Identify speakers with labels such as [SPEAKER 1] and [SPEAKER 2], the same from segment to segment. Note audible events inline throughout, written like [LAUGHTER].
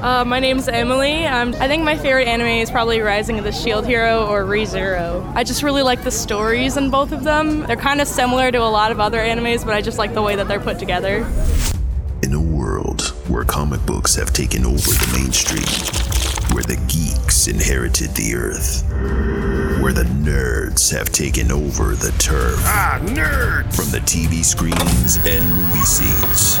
[SPEAKER 1] Uh, my name's Emily. Um, I think my favorite anime is probably Rising of the Shield Hero or ReZero. I just really like the stories in both of them. They're kind of similar to a lot of other animes, but I just like the way that they're put together.
[SPEAKER 2] In a world where comic books have taken over the main street, where the geeks inherited the earth, where the nerds have taken over the turf.
[SPEAKER 3] Ah, nerd!
[SPEAKER 2] From the TV screens and movie scenes.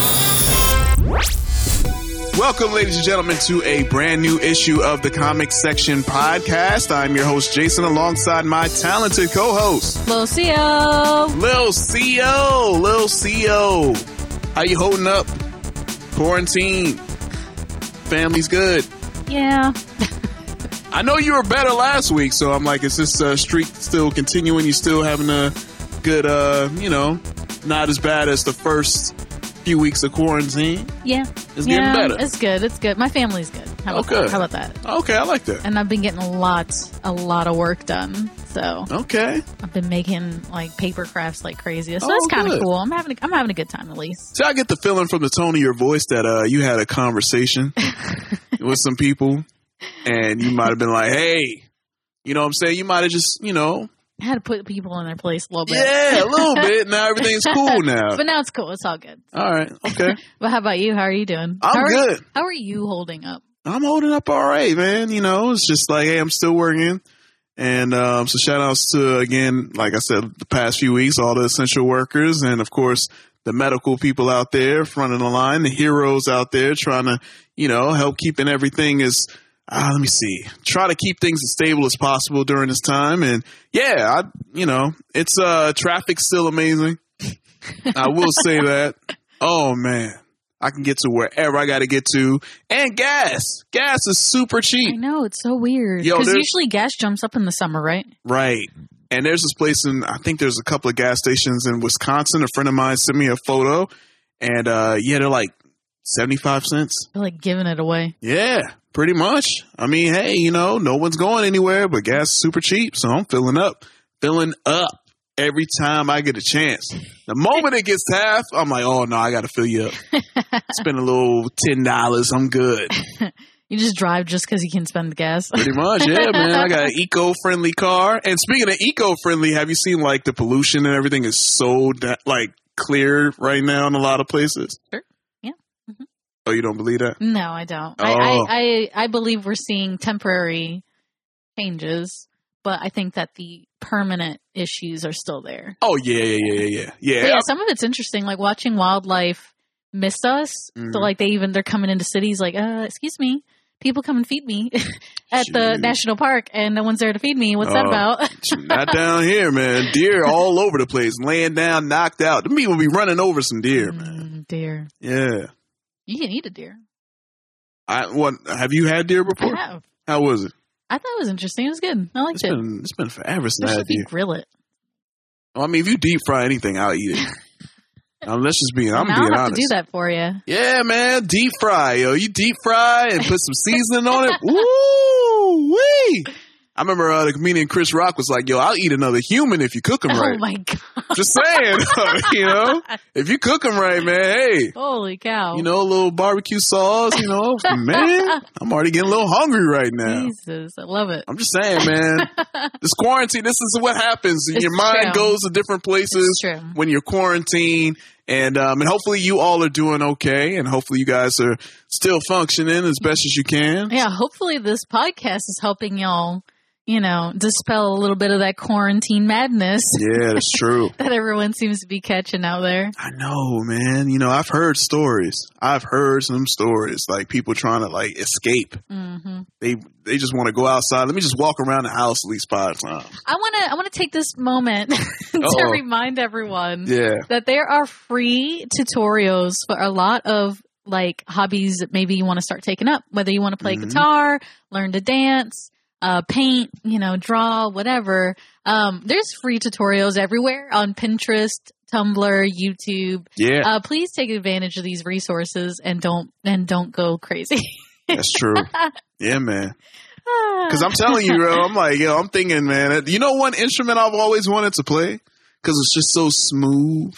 [SPEAKER 4] Welcome, ladies and gentlemen, to a brand new issue of the Comic Section Podcast. I'm your host, Jason, alongside my talented co host,
[SPEAKER 1] Lucio!
[SPEAKER 4] Lil CO. Lil CO. How you holding up? Quarantine. Family's good.
[SPEAKER 5] Yeah.
[SPEAKER 4] I know you were better last week, so I'm like, is this uh, streak still continuing? You still having a good, uh, you know, not as bad as the first few weeks of quarantine?
[SPEAKER 5] Yeah.
[SPEAKER 4] It's getting
[SPEAKER 5] yeah,
[SPEAKER 4] better.
[SPEAKER 5] It's good. It's good. My family's good. How about,
[SPEAKER 4] Okay.
[SPEAKER 5] that? How about that?
[SPEAKER 4] Okay, I like that.
[SPEAKER 5] And I've been getting a lot, a lot of work done. So
[SPEAKER 4] Okay.
[SPEAKER 5] I've been making like paper crafts like crazy. So
[SPEAKER 4] Oh,
[SPEAKER 5] that's kind of
[SPEAKER 4] good.
[SPEAKER 5] cool. I'm having, a, I'm having a good time at least.
[SPEAKER 4] So I get the feeling from the tone of your voice that uh, you had a
[SPEAKER 5] [LAUGHS]
[SPEAKER 4] conversation with some people, and you might have been like, "Hey, you know what I'm saying? You might have just, you know,
[SPEAKER 5] I had to put people in their place a little bit.
[SPEAKER 4] yeah, a little bit. Now everything's
[SPEAKER 5] [LAUGHS]
[SPEAKER 4] cool now.
[SPEAKER 5] But now it's cool. It's all good.
[SPEAKER 4] All right, okay,
[SPEAKER 5] But how about you? How are you doing?
[SPEAKER 4] I'm
[SPEAKER 5] how are,
[SPEAKER 4] good.
[SPEAKER 5] How are you holding up?
[SPEAKER 4] I'm holding up all right, man. You know, it's just like, hey, I'm still working." And um, so, shout outs to again, like I said, the past few weeks, all the essential workers, and of course, the medical people out there front of the line, the heroes out there trying to, you know, help keeping everything as ah, let me see, try to keep things as stable as possible during this time. And yeah, I, you know, it's uh, traffic's still amazing. I will say that. Oh man, I can get to wherever I got to get to, and gas, gas is super
[SPEAKER 5] I
[SPEAKER 4] cheap.
[SPEAKER 5] know. It's so weird.
[SPEAKER 4] Yo,
[SPEAKER 5] Because
[SPEAKER 4] there's-
[SPEAKER 5] usually gas jumps up in the summer, right?
[SPEAKER 4] Right. And there's this place in, I think there's a couple of gas stations in Wisconsin. A friend of mine sent me a photo, and uh, yeah, they're like 75 cents.
[SPEAKER 5] They're like giving it away.
[SPEAKER 4] Yeah, pretty much. I mean, hey, you know, no one's going anywhere, but gas is super cheap, so I'm filling up, filling up every time I get a chance. The moment it gets to half, I'm like, oh no, I got to fill you up. Spend a little ten dollars, I'm good.
[SPEAKER 5] You just drive just because you can spend the gas. [LAUGHS]
[SPEAKER 4] Pretty much, yeah, man. I got an eco-friendly car. And speaking of eco-friendly, have you seen like the pollution and everything is so da- like clear right now in a lot of places?
[SPEAKER 5] Sure. Yeah. Mhm.
[SPEAKER 4] Oh, you don't believe that?
[SPEAKER 5] No, I don't.
[SPEAKER 4] Oh.
[SPEAKER 5] I, I, I, I believe we're seeing temporary changes, but I think that the permanent issues are still there.
[SPEAKER 4] Oh yeah, yeah, yeah, yeah, yeah,
[SPEAKER 5] But
[SPEAKER 4] yeah.
[SPEAKER 5] yeah, some of it's interesting, like watching wildlife miss us. So
[SPEAKER 4] Mhm.
[SPEAKER 5] like they even they're coming into cities like, uh, excuse me, people come and feed me [LAUGHS] at the
[SPEAKER 4] Shoot.
[SPEAKER 5] national park and no one's there to feed me. What's that
[SPEAKER 4] Oh.
[SPEAKER 5] about?
[SPEAKER 4] Not down here, man.
[SPEAKER 5] [LAUGHS]
[SPEAKER 4] Deer all over the place, laying down, knocked out. The people be running over some
[SPEAKER 5] [LAUGHS]
[SPEAKER 4] deer, man.
[SPEAKER 5] Mm, deer.
[SPEAKER 4] Yeah.
[SPEAKER 5] You can eat a deer.
[SPEAKER 4] I what have you had deer before?
[SPEAKER 5] I have.
[SPEAKER 4] How was it?
[SPEAKER 5] I thought it was interesting. It was good. I liked
[SPEAKER 4] It's
[SPEAKER 5] it.
[SPEAKER 4] been it's been forever since I
[SPEAKER 5] Especially
[SPEAKER 4] had
[SPEAKER 5] if you
[SPEAKER 4] deer.
[SPEAKER 5] grill it.
[SPEAKER 4] I mean, if you deep fry anything, I'll eat
[SPEAKER 5] [LAUGHS]
[SPEAKER 4] it. Um, let's just be. I'm
[SPEAKER 5] Now
[SPEAKER 4] being
[SPEAKER 5] I'll have
[SPEAKER 4] honest.
[SPEAKER 5] to do that for [LAUGHS] you.
[SPEAKER 4] Yeah, man, deep fry, yo. You deep fry and put some seasoning on it. Woo wee! I remember uh, the comedian Chris Rock was like, "Yo, I'll eat another human if you cook them
[SPEAKER 5] Oh
[SPEAKER 4] right."
[SPEAKER 5] my [LAUGHS] god!
[SPEAKER 4] Just saying, [LAUGHS] you know, if you cook them right, man. Hey,
[SPEAKER 5] Holy cow!
[SPEAKER 4] you know, a little barbecue sauce, you know, man. I'm already getting a little hungry right now.
[SPEAKER 5] Jesus, I love it.
[SPEAKER 4] I'm just saying, man.
[SPEAKER 5] [LAUGHS]
[SPEAKER 4] This quarantine, this is what happens.
[SPEAKER 5] It's
[SPEAKER 4] Your mind
[SPEAKER 5] true.
[SPEAKER 4] goes to different places
[SPEAKER 5] It's true.
[SPEAKER 4] when you're quarantined. And um, and hopefully you all are doing okay, and hopefully you guys are still functioning as best as you can.
[SPEAKER 5] Yeah, hopefully this podcast is helping y'all, you know, dispel a little bit of that quarantine madness
[SPEAKER 4] Yeah, that's true.
[SPEAKER 5] [LAUGHS]
[SPEAKER 4] [LAUGHS]
[SPEAKER 5] that everyone seems to be catching out there.
[SPEAKER 4] I know, man. You know, I've heard stories. I've heard some stories like people trying to like escape.
[SPEAKER 5] hmm
[SPEAKER 4] They they just want to go outside. Let me just walk around the house at least five times.
[SPEAKER 5] I want to I want to take this moment [LAUGHS] to
[SPEAKER 4] Uh-oh.
[SPEAKER 5] remind everyone
[SPEAKER 4] Yeah,
[SPEAKER 5] that there are free tutorials for a lot of like hobbies that maybe you want to start taking up, whether you want to play
[SPEAKER 4] Mhm.
[SPEAKER 5] guitar, learn to dance, uh, paint, you know, draw, whatever. Um, there's free tutorials everywhere on Pinterest, Tumblr, YouTube.
[SPEAKER 4] Yeah,
[SPEAKER 5] Uh, please take advantage of these resources and don't and don't
[SPEAKER 4] [LAUGHS]
[SPEAKER 5] go crazy.
[SPEAKER 4] that's true.
[SPEAKER 5] [LAUGHS]
[SPEAKER 4] Yeah, man. Because I'm telling you, bro, I'm like, yo, I'm thinking, man. You know, one instrument I've always wanted to play because it's just so smooth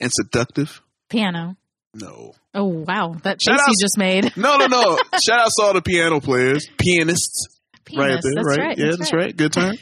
[SPEAKER 4] and seductive.
[SPEAKER 5] piano.
[SPEAKER 4] No,
[SPEAKER 5] Oh wow, that
[SPEAKER 4] Shout
[SPEAKER 5] face
[SPEAKER 4] out-
[SPEAKER 5] you just made.
[SPEAKER 4] no, no, no. [LAUGHS] Shout out to all the piano players, pianists,
[SPEAKER 5] Penis.
[SPEAKER 4] right there,
[SPEAKER 5] that's
[SPEAKER 4] right?
[SPEAKER 5] right.
[SPEAKER 4] Yeah, that's right. Good
[SPEAKER 5] [LAUGHS]
[SPEAKER 4] time.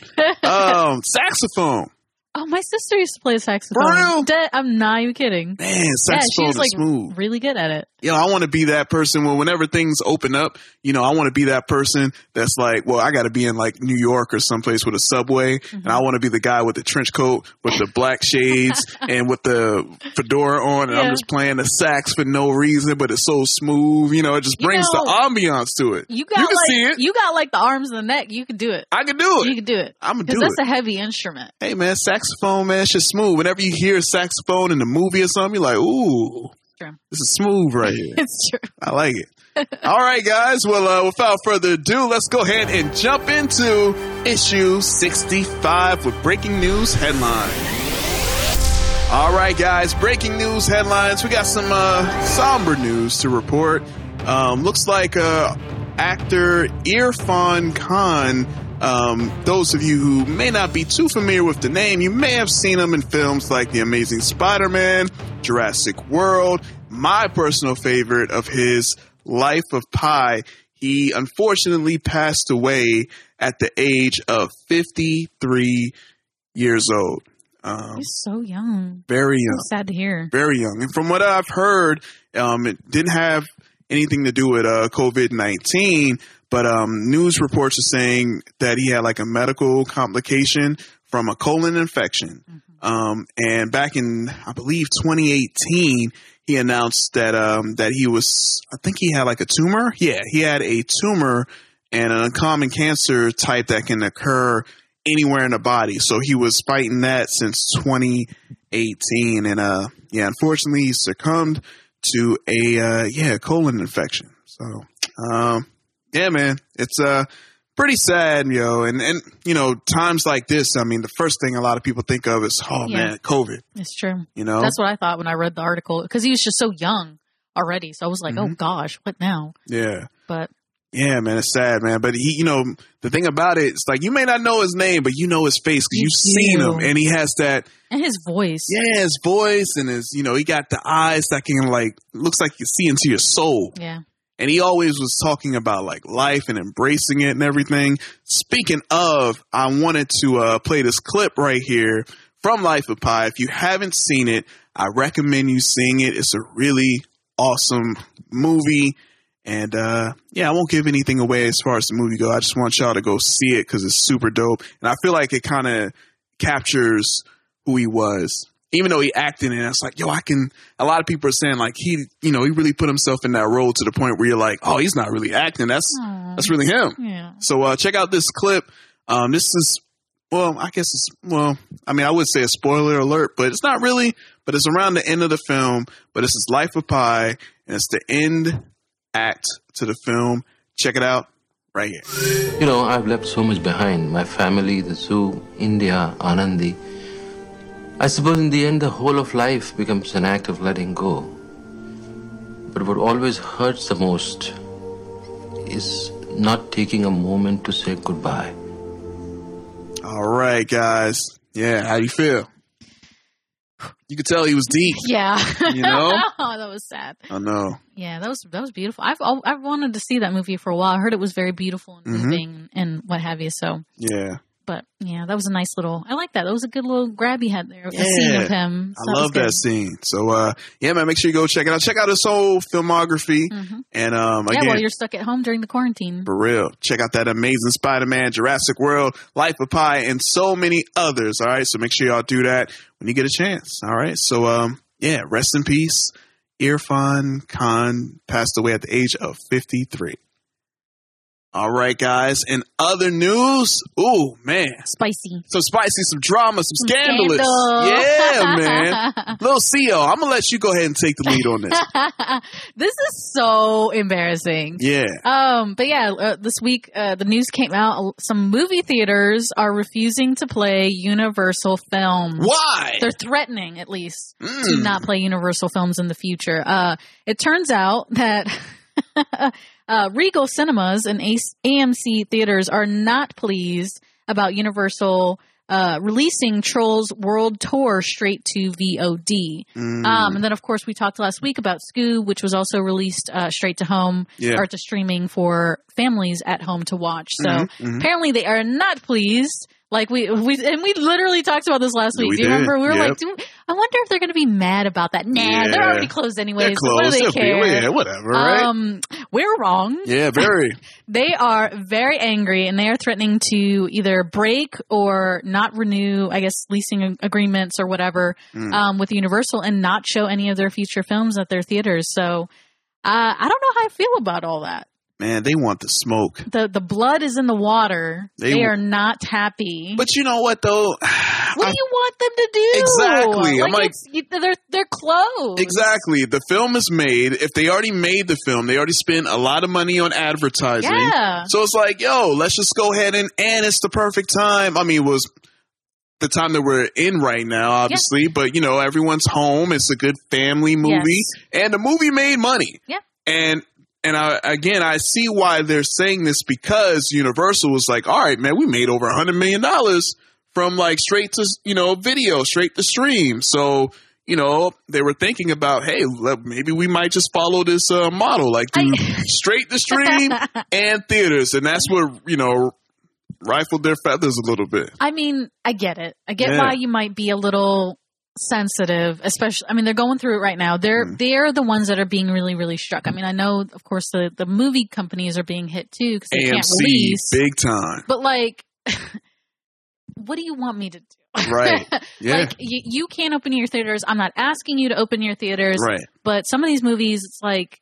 [SPEAKER 4] um, saxophone,
[SPEAKER 5] Oh, my sister used to play saxophone.
[SPEAKER 4] For real?
[SPEAKER 5] De- I'm not even
[SPEAKER 4] man,
[SPEAKER 5] kidding. Yeah,
[SPEAKER 4] saxophone
[SPEAKER 5] she was
[SPEAKER 4] is
[SPEAKER 5] like
[SPEAKER 4] smooth.
[SPEAKER 5] really good at it.
[SPEAKER 4] you know, I want to be that person where whenever things open up, you know, I want to be that person that's like, well, I got to be in like New York or someplace with a subway, and
[SPEAKER 5] Mm-hmm.
[SPEAKER 4] I want to be the guy with the trench coat, with the black
[SPEAKER 5] [LAUGHS]
[SPEAKER 4] shades, and with the fedora on, and I'm
[SPEAKER 5] Yeah.
[SPEAKER 4] just playing the sax for no reason, but it's so smooth, you know, it just
[SPEAKER 5] You
[SPEAKER 4] brings
[SPEAKER 5] know-
[SPEAKER 4] the ambiance to it.
[SPEAKER 5] You got
[SPEAKER 4] You can
[SPEAKER 5] like
[SPEAKER 4] see it.
[SPEAKER 5] you got like the arms and the neck. You can do it.
[SPEAKER 4] I can do
[SPEAKER 5] You
[SPEAKER 4] it.
[SPEAKER 5] can do it
[SPEAKER 4] I'm gonna
[SPEAKER 5] because
[SPEAKER 4] do it.
[SPEAKER 5] that's a heavy instrument. [LAUGHS]
[SPEAKER 4] hey man, saxophone, man, it's just smooth. Whenever you hear saxophone in a movie or something, you're like, ooh,
[SPEAKER 5] True.
[SPEAKER 4] this is smooth right here.
[SPEAKER 5] It's true.
[SPEAKER 4] I like it. All right, guys. Well, uh, without further ado, let's go ahead and jump into issue 65 with breaking news headline. All right, guys. Breaking news headlines. We got some uh, somber news to report. Um, looks like uh, actor Irfan Khan. Um, those of you who may not be too familiar with the name, you may have seen him in films like The Amazing Spider-Man, Jurassic World. My personal favorite of his, Life of Pi. He unfortunately passed away at the age of 53 years old. Um,
[SPEAKER 5] You're so young.
[SPEAKER 4] very young
[SPEAKER 5] It's sad to hear.
[SPEAKER 4] very young. And from what I've heard, um, it didn't have anything to do with uh, COVID 19, but um, news reports are saying that he had like a medical complication from a colon infection. Um, and back in, I believe, 2018, he announced that um, that he was, I think he had like a tumor. Yeah, he had a tumor and an uncommon cancer type that can occur anywhere in the body. So he was fighting that since 2018, and uh, yeah, unfortunately, he succumbed to a uh, yeah colon infection. So um, yeah, man, it's uh pretty sad, yo. And and you know, times like this, I mean, the first thing a lot of people think of is oh
[SPEAKER 5] Yeah.
[SPEAKER 4] man, COVID.
[SPEAKER 5] It's true.
[SPEAKER 4] You know,
[SPEAKER 5] That's what I thought when I read the article because he was just so young already. So I was like,
[SPEAKER 4] Mm-hmm.
[SPEAKER 5] oh gosh, what now?
[SPEAKER 4] yeah.
[SPEAKER 5] But
[SPEAKER 4] Yeah, man, it's sad, man. But he, you know, the thing about it, it's like you may not know his name, but you know his face because
[SPEAKER 5] You
[SPEAKER 4] you've seen
[SPEAKER 5] do.
[SPEAKER 4] him, and he has that
[SPEAKER 5] and his voice.
[SPEAKER 4] Yeah, his voice and his, you know, he got the eyes that can like looks like you see into your soul.
[SPEAKER 5] Yeah.
[SPEAKER 4] And he always was talking about like life and embracing it and everything. Speaking of, I wanted to uh, play this clip right here from Life of Pi. If you haven't seen it, I recommend you seeing it. It's a really awesome movie. And uh, yeah, I won't give anything away as far as the movie go. I just want y'all to go see it because it's super dope. And I feel like it kind of captures who he was. Even though he acted in it, it's like, yo, I can. A lot of people are saying like he, you know, he really put himself in that role to the point where you're like, oh, he's not really acting. That's
[SPEAKER 5] Aw.
[SPEAKER 4] that's really him.
[SPEAKER 5] yeah.
[SPEAKER 4] So uh, check out this clip. Um, this is well, I guess it's well, I mean, I would say a spoiler alert, but it's not really. But it's around the end of the film. But this is Life of Pi, and it's the end act to the film. Check it out right here.
[SPEAKER 6] You know, I've left so much behind my family, the zoo, India, Anandi. I suppose in the end, the whole of life becomes an act of letting go. But what always hurts the most is not taking a moment to say goodbye.
[SPEAKER 4] All right, guys. Yeah, how you feel? You could tell he was deep.
[SPEAKER 5] Yeah.
[SPEAKER 4] You know?
[SPEAKER 5] oh, [LAUGHS] that was sad.
[SPEAKER 4] I know.
[SPEAKER 5] Yeah, that was that was beautiful. I've al- I've wanted to see that movie for a while. I heard it was very beautiful and
[SPEAKER 4] Mhm.
[SPEAKER 5] moving and what have you. So,
[SPEAKER 4] Yeah,
[SPEAKER 5] but yeah, that was a nice little. I like that. That was a good little grab he had there. The scene
[SPEAKER 4] Yeah.
[SPEAKER 5] of him.
[SPEAKER 4] I love that scene. So, uh, yeah, man, make sure you go check it out. Check out his whole filmography.
[SPEAKER 5] Mm-hmm.
[SPEAKER 4] And um,
[SPEAKER 5] Yeah,
[SPEAKER 4] again,
[SPEAKER 5] while you're stuck at home during the quarantine.
[SPEAKER 4] for real, check out that amazing Spider Man, Jurassic World, Life of Pi, and so many others. All right, so make sure y'all do that when you get a chance. All right, so um, yeah, rest in peace. Irfan Khan passed away at the age of 53. All right, guys. In other news, ooh man,
[SPEAKER 5] Spicy.
[SPEAKER 4] some spicy, some drama, some scandalous.
[SPEAKER 5] Scandal.
[SPEAKER 4] Yeah,
[SPEAKER 5] [LAUGHS]
[SPEAKER 4] man. Little CEO, I'm gonna let you go ahead and take the lead on this.
[SPEAKER 5] [LAUGHS] this is so embarrassing.
[SPEAKER 4] Yeah.
[SPEAKER 5] Um, but yeah, uh, this week uh, the news came out. Some movie theaters are refusing to play Universal films.
[SPEAKER 4] Why?
[SPEAKER 5] They're threatening, at least, to
[SPEAKER 4] Mm.
[SPEAKER 5] not play Universal films in the future. Uh, it turns out that [LAUGHS] uh, Regal Cinemas and AC- AMC theaters are not pleased about Universal uh, releasing Trolls World Tour straight to VOD.
[SPEAKER 4] Mm.
[SPEAKER 5] Um, and then, of course, we talked last week about Scoob, which was also released uh, straight to home
[SPEAKER 4] Yeah.
[SPEAKER 5] or to streaming for families at home to watch. So
[SPEAKER 4] Mhm, mhm.
[SPEAKER 5] apparently, they are not pleased. Like we we and we literally talked about this last
[SPEAKER 4] Yeah,
[SPEAKER 5] week.
[SPEAKER 4] we
[SPEAKER 5] Do you
[SPEAKER 4] did.
[SPEAKER 5] remember? We were
[SPEAKER 4] Yep.
[SPEAKER 5] like, Do, I wonder if they're going to be mad about that. Nah, they're
[SPEAKER 4] Yeah.
[SPEAKER 5] already closed anyway.
[SPEAKER 4] They're
[SPEAKER 5] So what do
[SPEAKER 4] close.
[SPEAKER 5] they
[SPEAKER 4] They'll be-
[SPEAKER 5] care?
[SPEAKER 4] Yeah, whatever, right?
[SPEAKER 5] Um, we're wrong.
[SPEAKER 4] yeah, very.
[SPEAKER 5] They are very angry and they are threatening to either break or not renew, I guess, leasing ag- agreements or whatever
[SPEAKER 4] Mm.
[SPEAKER 5] um, with Universal and not show any of their future films at their theaters. So uh, I don't know how I feel about all that.
[SPEAKER 4] Man, they want the smoke.
[SPEAKER 5] The the blood is in the water.
[SPEAKER 4] They
[SPEAKER 5] They,
[SPEAKER 4] w-
[SPEAKER 5] are not happy.
[SPEAKER 4] But you know what though? [SIGHS]
[SPEAKER 5] what do you want them to do?
[SPEAKER 4] Exactly. I'm
[SPEAKER 5] Like,
[SPEAKER 4] like-
[SPEAKER 5] it's- you- they're they're closed.
[SPEAKER 4] Exactly. The film is made. If they already made the film, they already spent a lot of money on advertising.
[SPEAKER 5] Yeah.
[SPEAKER 4] So it's like, yo, let's just go ahead and and it's the perfect time. I mean, it was the time that we're in right now, obviously, but you know, everyone's home. It's a good family movie, and the movie made money.
[SPEAKER 5] Yeah.
[SPEAKER 4] and and I, again, I see why they're saying this because Universal was like, all right, man, we made over a hundred million dollars from like straight to you know video, straight to stream, so. You know, they were thinking about, hey, le- maybe we might just follow this uh, model, like do
[SPEAKER 5] [LAUGHS]
[SPEAKER 4] straight to stream and theaters, and that's what you know rifled their feathers a little bit.
[SPEAKER 5] I mean, I get it. I get
[SPEAKER 4] Yeah.
[SPEAKER 5] why you might be a little sensitive, especially. I mean, they're going through it right now. They're
[SPEAKER 4] Mhm.
[SPEAKER 5] they're the ones that are being really, really struck. I
[SPEAKER 4] Mm.
[SPEAKER 5] mean, I know, of course, the the movie companies are being hit too because they can't
[SPEAKER 4] AMC,
[SPEAKER 5] release.
[SPEAKER 4] big time,
[SPEAKER 5] but like, [LAUGHS] what do you want me to do? [LAUGHS]
[SPEAKER 4] right? Yeah,
[SPEAKER 5] Like, you, you can't open your theaters. I'm not asking you to open your theaters,
[SPEAKER 4] right.
[SPEAKER 5] but some of these movies, it's like.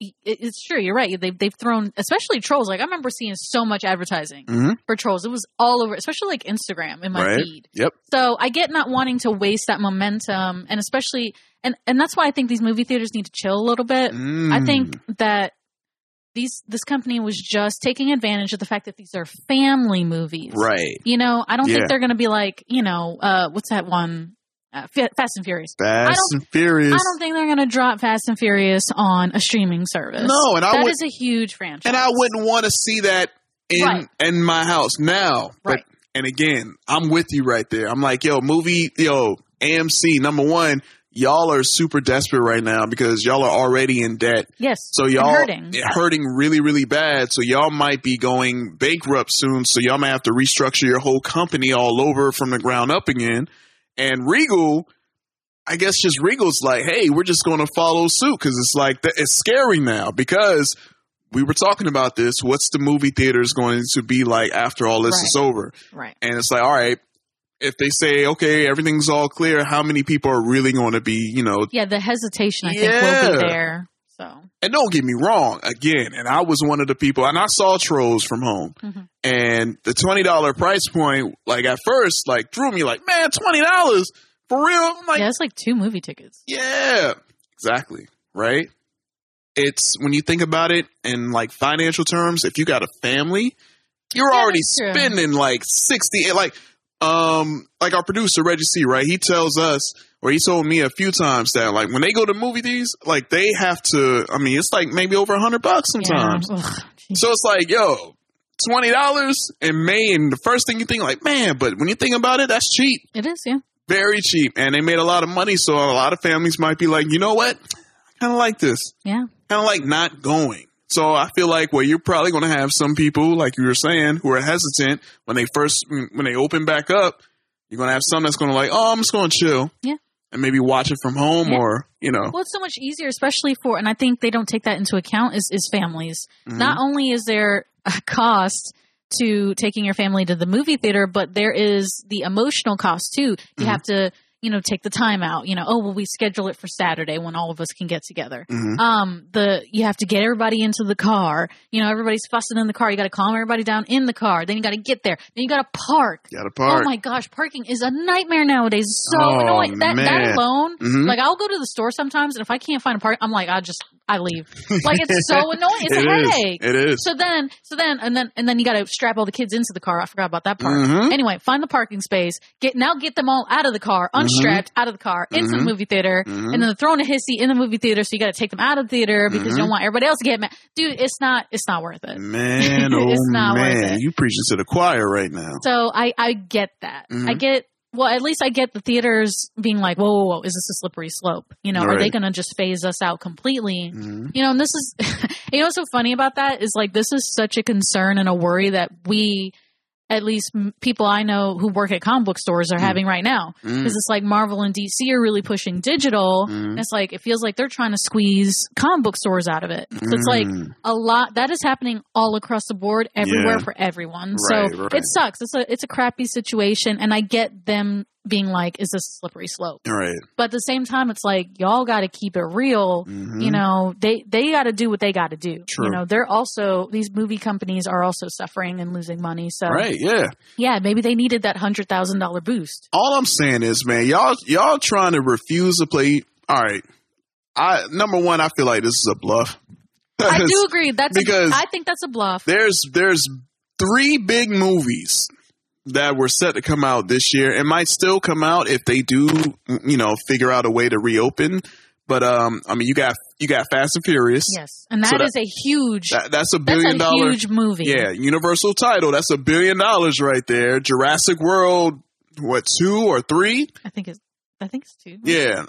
[SPEAKER 5] it- It's true. You're right. They've they've thrown, especially trolls. Like I remember seeing so much advertising
[SPEAKER 4] hmm
[SPEAKER 5] for trolls. It was all over, especially like Instagram in my
[SPEAKER 4] Right.
[SPEAKER 5] feed.
[SPEAKER 4] Yep.
[SPEAKER 5] So I get not wanting to waste that momentum, and especially, and and that's why I think these movie theaters need to chill a little bit. I think
[SPEAKER 4] Mm.
[SPEAKER 5] that these this company was just taking advantage of the fact that these are family movies,
[SPEAKER 4] Mm. right.
[SPEAKER 5] You know, I don't
[SPEAKER 4] Yeah.
[SPEAKER 5] think they're going to be like, you know, uh, what's that one, uh, Fa- Fast and Furious. I
[SPEAKER 4] Fast
[SPEAKER 5] don't-
[SPEAKER 4] and Furious.
[SPEAKER 5] I don't think they're going to drop Fast and Furious on a streaming service.
[SPEAKER 4] No, and I
[SPEAKER 5] That
[SPEAKER 4] would-
[SPEAKER 5] is a huge franchise,
[SPEAKER 4] and I wouldn't want to see that in
[SPEAKER 5] Right.
[SPEAKER 4] in my house now. But
[SPEAKER 5] Right.
[SPEAKER 4] and again, I'm with you right there. I'm like, yo, movie, yo, AMC number one. Y'all are super desperate right now because y'all are already in debt.
[SPEAKER 5] Yes,
[SPEAKER 4] So
[SPEAKER 5] and
[SPEAKER 4] y'all
[SPEAKER 5] hurting.
[SPEAKER 4] yeah, hurting really, really bad. So y'all might be going bankrupt soon. So y'all might have to restructure your whole company all over from the ground up again. And Regal, I guess just Regal's like, hey, we're just going to follow suit because it's like th- it's scary now because we were talking about this. What's the movie theaters going to be like after all this
[SPEAKER 5] Right.
[SPEAKER 4] is over?
[SPEAKER 5] right?
[SPEAKER 4] And it's like, all right, if they say okay, everything's all clear, how many people are really going to be, you know,
[SPEAKER 5] Yeah, the hesitation I think will
[SPEAKER 4] Yeah.
[SPEAKER 5] be there. So
[SPEAKER 4] and don't get me wrong again and i was one of the people and i saw trolls from home
[SPEAKER 5] Mhm.
[SPEAKER 4] and the $20 price point like at first like threw me like man $20 for real i'm like
[SPEAKER 5] yeah, it's like two movie tickets.
[SPEAKER 4] yeah exactly right it's when you think about it in like financial terms if you got a family you're
[SPEAKER 5] Yeah,
[SPEAKER 4] already
[SPEAKER 5] that's true.
[SPEAKER 4] spending like 60 like um like our producer reggie c right he tells us or he told me a few times that like when they go to movie theaters like they have to i mean it's like maybe over a 100 bucks sometimes
[SPEAKER 5] Yeah. Ugh, geez.
[SPEAKER 4] so it's like yo $20 in may and the first thing you think like man but when you think about it that's cheap
[SPEAKER 5] it is, yeah.
[SPEAKER 4] very cheap and they made a lot of money so a lot of families might be like you know what i kind of like this
[SPEAKER 5] Yeah.
[SPEAKER 4] kind of like not going so i feel like well you're probably going to have some people like you were saying who are hesitant when they first when they open back up you're going to have some that's going to like oh i'm just going to chill
[SPEAKER 5] Yeah.
[SPEAKER 4] and maybe watch it from home
[SPEAKER 5] Yeah.
[SPEAKER 4] or you know
[SPEAKER 5] Well, it's so much easier, especially for, and I think they don't take that into account is, is families.
[SPEAKER 4] Mhm.
[SPEAKER 5] Not only is there a cost to taking your family to the movie theater, but there is the emotional cost too. You
[SPEAKER 4] Mhm.
[SPEAKER 5] have to, you know, take the time out, you know, oh, well, we schedule it for Saturday when all of us can get together. Um, the, you have to get everybody into the car. You know, everybody's fussing in the car. You got to calm everybody down in the car. Then you got to get there. Then you got to park.
[SPEAKER 4] Got to park.
[SPEAKER 5] Oh my gosh, parking is a nightmare nowadays. It's So
[SPEAKER 4] Oh,
[SPEAKER 5] annoying. That
[SPEAKER 4] man.
[SPEAKER 5] that alone,
[SPEAKER 4] Mhm.
[SPEAKER 5] like I'll go to the store sometimes, and if I can't find a park, I'm like, I just I leave. Like it's
[SPEAKER 4] [LAUGHS]
[SPEAKER 5] so annoying. It's
[SPEAKER 4] It
[SPEAKER 5] a
[SPEAKER 4] is.
[SPEAKER 5] headache.
[SPEAKER 4] It is.
[SPEAKER 5] So [LAUGHS] then, so then, and then, and then you got to strap all the kids into the car. I forgot about that part.
[SPEAKER 4] Mhm.
[SPEAKER 5] Anyway, find the parking space. Get now, get them all out of the car,
[SPEAKER 4] Mm-hmm.
[SPEAKER 5] unstrapped, out of the car, into the movie theater, and then they're throwing a hissy in the movie theater. So you got to take them out of the theater because
[SPEAKER 4] Mm-hmm.
[SPEAKER 5] you don't want everybody else to get mad. Dude, it's not, it's not worth it.
[SPEAKER 4] Man, oh
[SPEAKER 5] It's not worth
[SPEAKER 4] man,
[SPEAKER 5] it.
[SPEAKER 4] you preaching to the choir right now.
[SPEAKER 5] So I, I get that.
[SPEAKER 4] Mhm.
[SPEAKER 5] I get, well, at least I get the theaters being like, whoa, whoa, whoa is this a slippery slope? You know, are they
[SPEAKER 4] Right.
[SPEAKER 5] going to just phase us out completely?
[SPEAKER 4] Mhm.
[SPEAKER 5] You know, and this is, [LAUGHS] you know, what's so funny about that is like, this is such a concern and a worry that we, at least m- people I know who work at comic book stores are having right now.
[SPEAKER 4] Mm.
[SPEAKER 5] Because it's like Marvel and DC are really pushing digital.
[SPEAKER 4] Mhm.
[SPEAKER 5] And it's like, it feels like they're trying to squeeze comic book stores out of it. So it's like,
[SPEAKER 4] Mm.
[SPEAKER 5] a lot that is happening all across the board
[SPEAKER 4] Yeah.
[SPEAKER 5] everywhere for everyone
[SPEAKER 4] Right,
[SPEAKER 5] so
[SPEAKER 4] right.
[SPEAKER 5] it sucks it's a it's a crappy situation and i get them being like is this a slippery slope
[SPEAKER 4] All right.
[SPEAKER 5] but at the same time it's like y'all got to keep it real
[SPEAKER 4] Mhm.
[SPEAKER 5] you know they they got to do what they got to do
[SPEAKER 4] True.
[SPEAKER 5] you know they're also these movie companies are also suffering and losing money so
[SPEAKER 4] Right, yeah.
[SPEAKER 5] yeah maybe they needed that $100000 boost
[SPEAKER 4] All I'm saying is, man, y'all y'all trying to refuse to play. All right, I number one, I feel like this is a bluff. [LAUGHS]
[SPEAKER 5] i do agree that's
[SPEAKER 4] because-
[SPEAKER 5] a, i think that's a bluff
[SPEAKER 4] There's there's three big movies that were set to come out this year and might still come out if they do, you know, figure out a way to reopen. But um, I mean, you got you got Fast and Furious.
[SPEAKER 5] yes and
[SPEAKER 4] So
[SPEAKER 5] that
[SPEAKER 4] that-
[SPEAKER 5] is a huge
[SPEAKER 4] That, that's a
[SPEAKER 5] that's
[SPEAKER 4] billion
[SPEAKER 5] a
[SPEAKER 4] dollar.
[SPEAKER 5] huge movie
[SPEAKER 4] Yeah, Universal title. That's a billion dollars right there. Jurassic World, what two or three?
[SPEAKER 5] i think it's i think it's two
[SPEAKER 4] Yeah.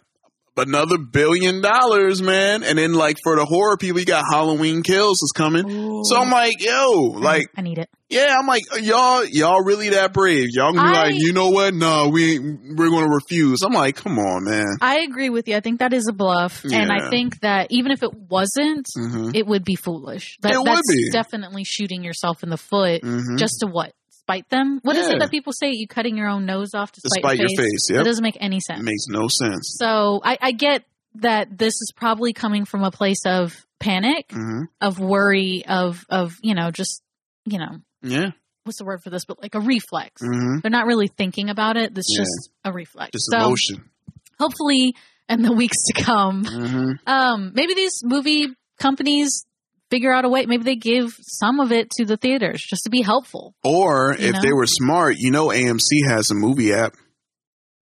[SPEAKER 4] Another billion dollars, man. And then like for the horror people, you got Halloween Kills is coming. So I'm like, yo, like,
[SPEAKER 5] I need it.
[SPEAKER 4] yeah, I'm like, y'all, y'all really that brave? Y'all gonna be
[SPEAKER 5] I-
[SPEAKER 4] like, you know what? No, we ain't- we're gonna refuse. I'm like, come on, man.
[SPEAKER 5] I agree with you. I think that is a bluff, and
[SPEAKER 4] Yeah.
[SPEAKER 5] I think that even if it wasn't,
[SPEAKER 4] hmm
[SPEAKER 5] it would be foolish. That,
[SPEAKER 4] It would
[SPEAKER 5] that's
[SPEAKER 4] be.
[SPEAKER 5] definitely shooting yourself in the foot
[SPEAKER 4] hmm
[SPEAKER 5] just to what spite them. What is
[SPEAKER 4] Yeah.
[SPEAKER 5] it that people say? You cutting your own nose off to
[SPEAKER 4] To
[SPEAKER 5] spite,
[SPEAKER 4] spite your
[SPEAKER 5] your
[SPEAKER 4] face,
[SPEAKER 5] face.
[SPEAKER 4] yep.
[SPEAKER 5] That doesn't make any
[SPEAKER 4] It
[SPEAKER 5] sense.
[SPEAKER 4] makes no sense.
[SPEAKER 5] So I, I get that this is probably coming from a place of panic,
[SPEAKER 4] hmm
[SPEAKER 5] of worry, of of you know just you know
[SPEAKER 4] Yeah.
[SPEAKER 5] what's the word for this, but like a reflex.
[SPEAKER 4] hmm
[SPEAKER 5] They're not really thinking about it. It's
[SPEAKER 4] Yeah.
[SPEAKER 5] just a reflex.
[SPEAKER 4] Just
[SPEAKER 5] so
[SPEAKER 4] emotion.
[SPEAKER 5] hopefully, in the [LAUGHS] weeks to come,
[SPEAKER 4] hmm
[SPEAKER 5] um, maybe these movie companies figure out a way. Maybe they give some of it to the theaters just to be helpful.
[SPEAKER 4] Or
[SPEAKER 5] You
[SPEAKER 4] if
[SPEAKER 5] know?
[SPEAKER 4] they were smart, you know, AMC has a movie app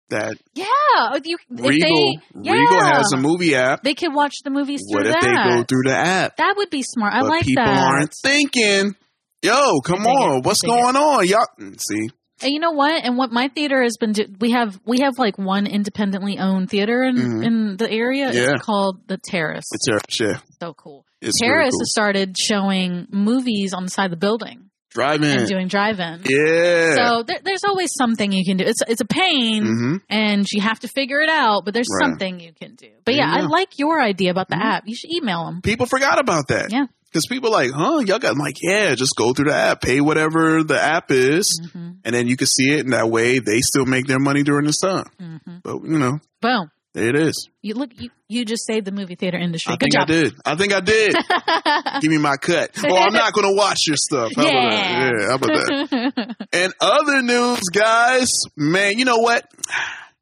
[SPEAKER 4] that
[SPEAKER 5] Yeah, if you, if
[SPEAKER 4] Regal
[SPEAKER 5] they, yeah,
[SPEAKER 4] Regal has a movie app.
[SPEAKER 5] They could watch the movies through
[SPEAKER 4] What if
[SPEAKER 5] that.
[SPEAKER 4] they go through the app?
[SPEAKER 5] that would be smart. I
[SPEAKER 4] but
[SPEAKER 5] like
[SPEAKER 4] people
[SPEAKER 5] that.
[SPEAKER 4] aren't thinking. Yo, come
[SPEAKER 5] dig it.
[SPEAKER 4] on,
[SPEAKER 5] I
[SPEAKER 4] what's
[SPEAKER 5] dig it.
[SPEAKER 4] going on, y'all? mm, See,
[SPEAKER 5] And you know what? And what my theater has been do- we have we have like one independently owned theater in
[SPEAKER 4] Mhm.
[SPEAKER 5] in the area.
[SPEAKER 4] Yeah.
[SPEAKER 5] It's called the Terrace.
[SPEAKER 4] it's her shit.
[SPEAKER 5] so cool.
[SPEAKER 4] It's
[SPEAKER 5] Terrace
[SPEAKER 4] really cool.
[SPEAKER 5] has started showing movies on the side of the building
[SPEAKER 4] driving.
[SPEAKER 5] and doing drive-in.
[SPEAKER 4] Yeah.
[SPEAKER 5] So there, there's always something you can do. It's it's a pain,
[SPEAKER 4] hmm
[SPEAKER 5] and you have to figure it out. But there's
[SPEAKER 4] Right.
[SPEAKER 5] something you can do. But
[SPEAKER 4] There
[SPEAKER 5] yeah,
[SPEAKER 4] you
[SPEAKER 5] I
[SPEAKER 4] go. Mm-hmm.
[SPEAKER 5] like your idea about the app. You should email them.
[SPEAKER 4] People forgot about that.
[SPEAKER 5] Yeah.
[SPEAKER 4] Because people like, huh? Y'all got I'm like, yeah, just go through the app, pay whatever the app is,
[SPEAKER 5] hmm
[SPEAKER 4] and then you can see it, and that way they still make their money during this time.
[SPEAKER 5] hmm
[SPEAKER 4] But you know,
[SPEAKER 5] Boom!
[SPEAKER 4] there it is.
[SPEAKER 5] You look. You you just saved the movie theater industry.
[SPEAKER 4] I
[SPEAKER 5] Good
[SPEAKER 4] think
[SPEAKER 5] job.
[SPEAKER 4] I did. I think I did.
[SPEAKER 5] [LAUGHS]
[SPEAKER 4] Give me my cut. Oh, I'm not going to watch your stuff. How about that?
[SPEAKER 5] Yeah.
[SPEAKER 4] Yeah, how about that?
[SPEAKER 5] [LAUGHS]
[SPEAKER 4] And other news, guys, man, you know what?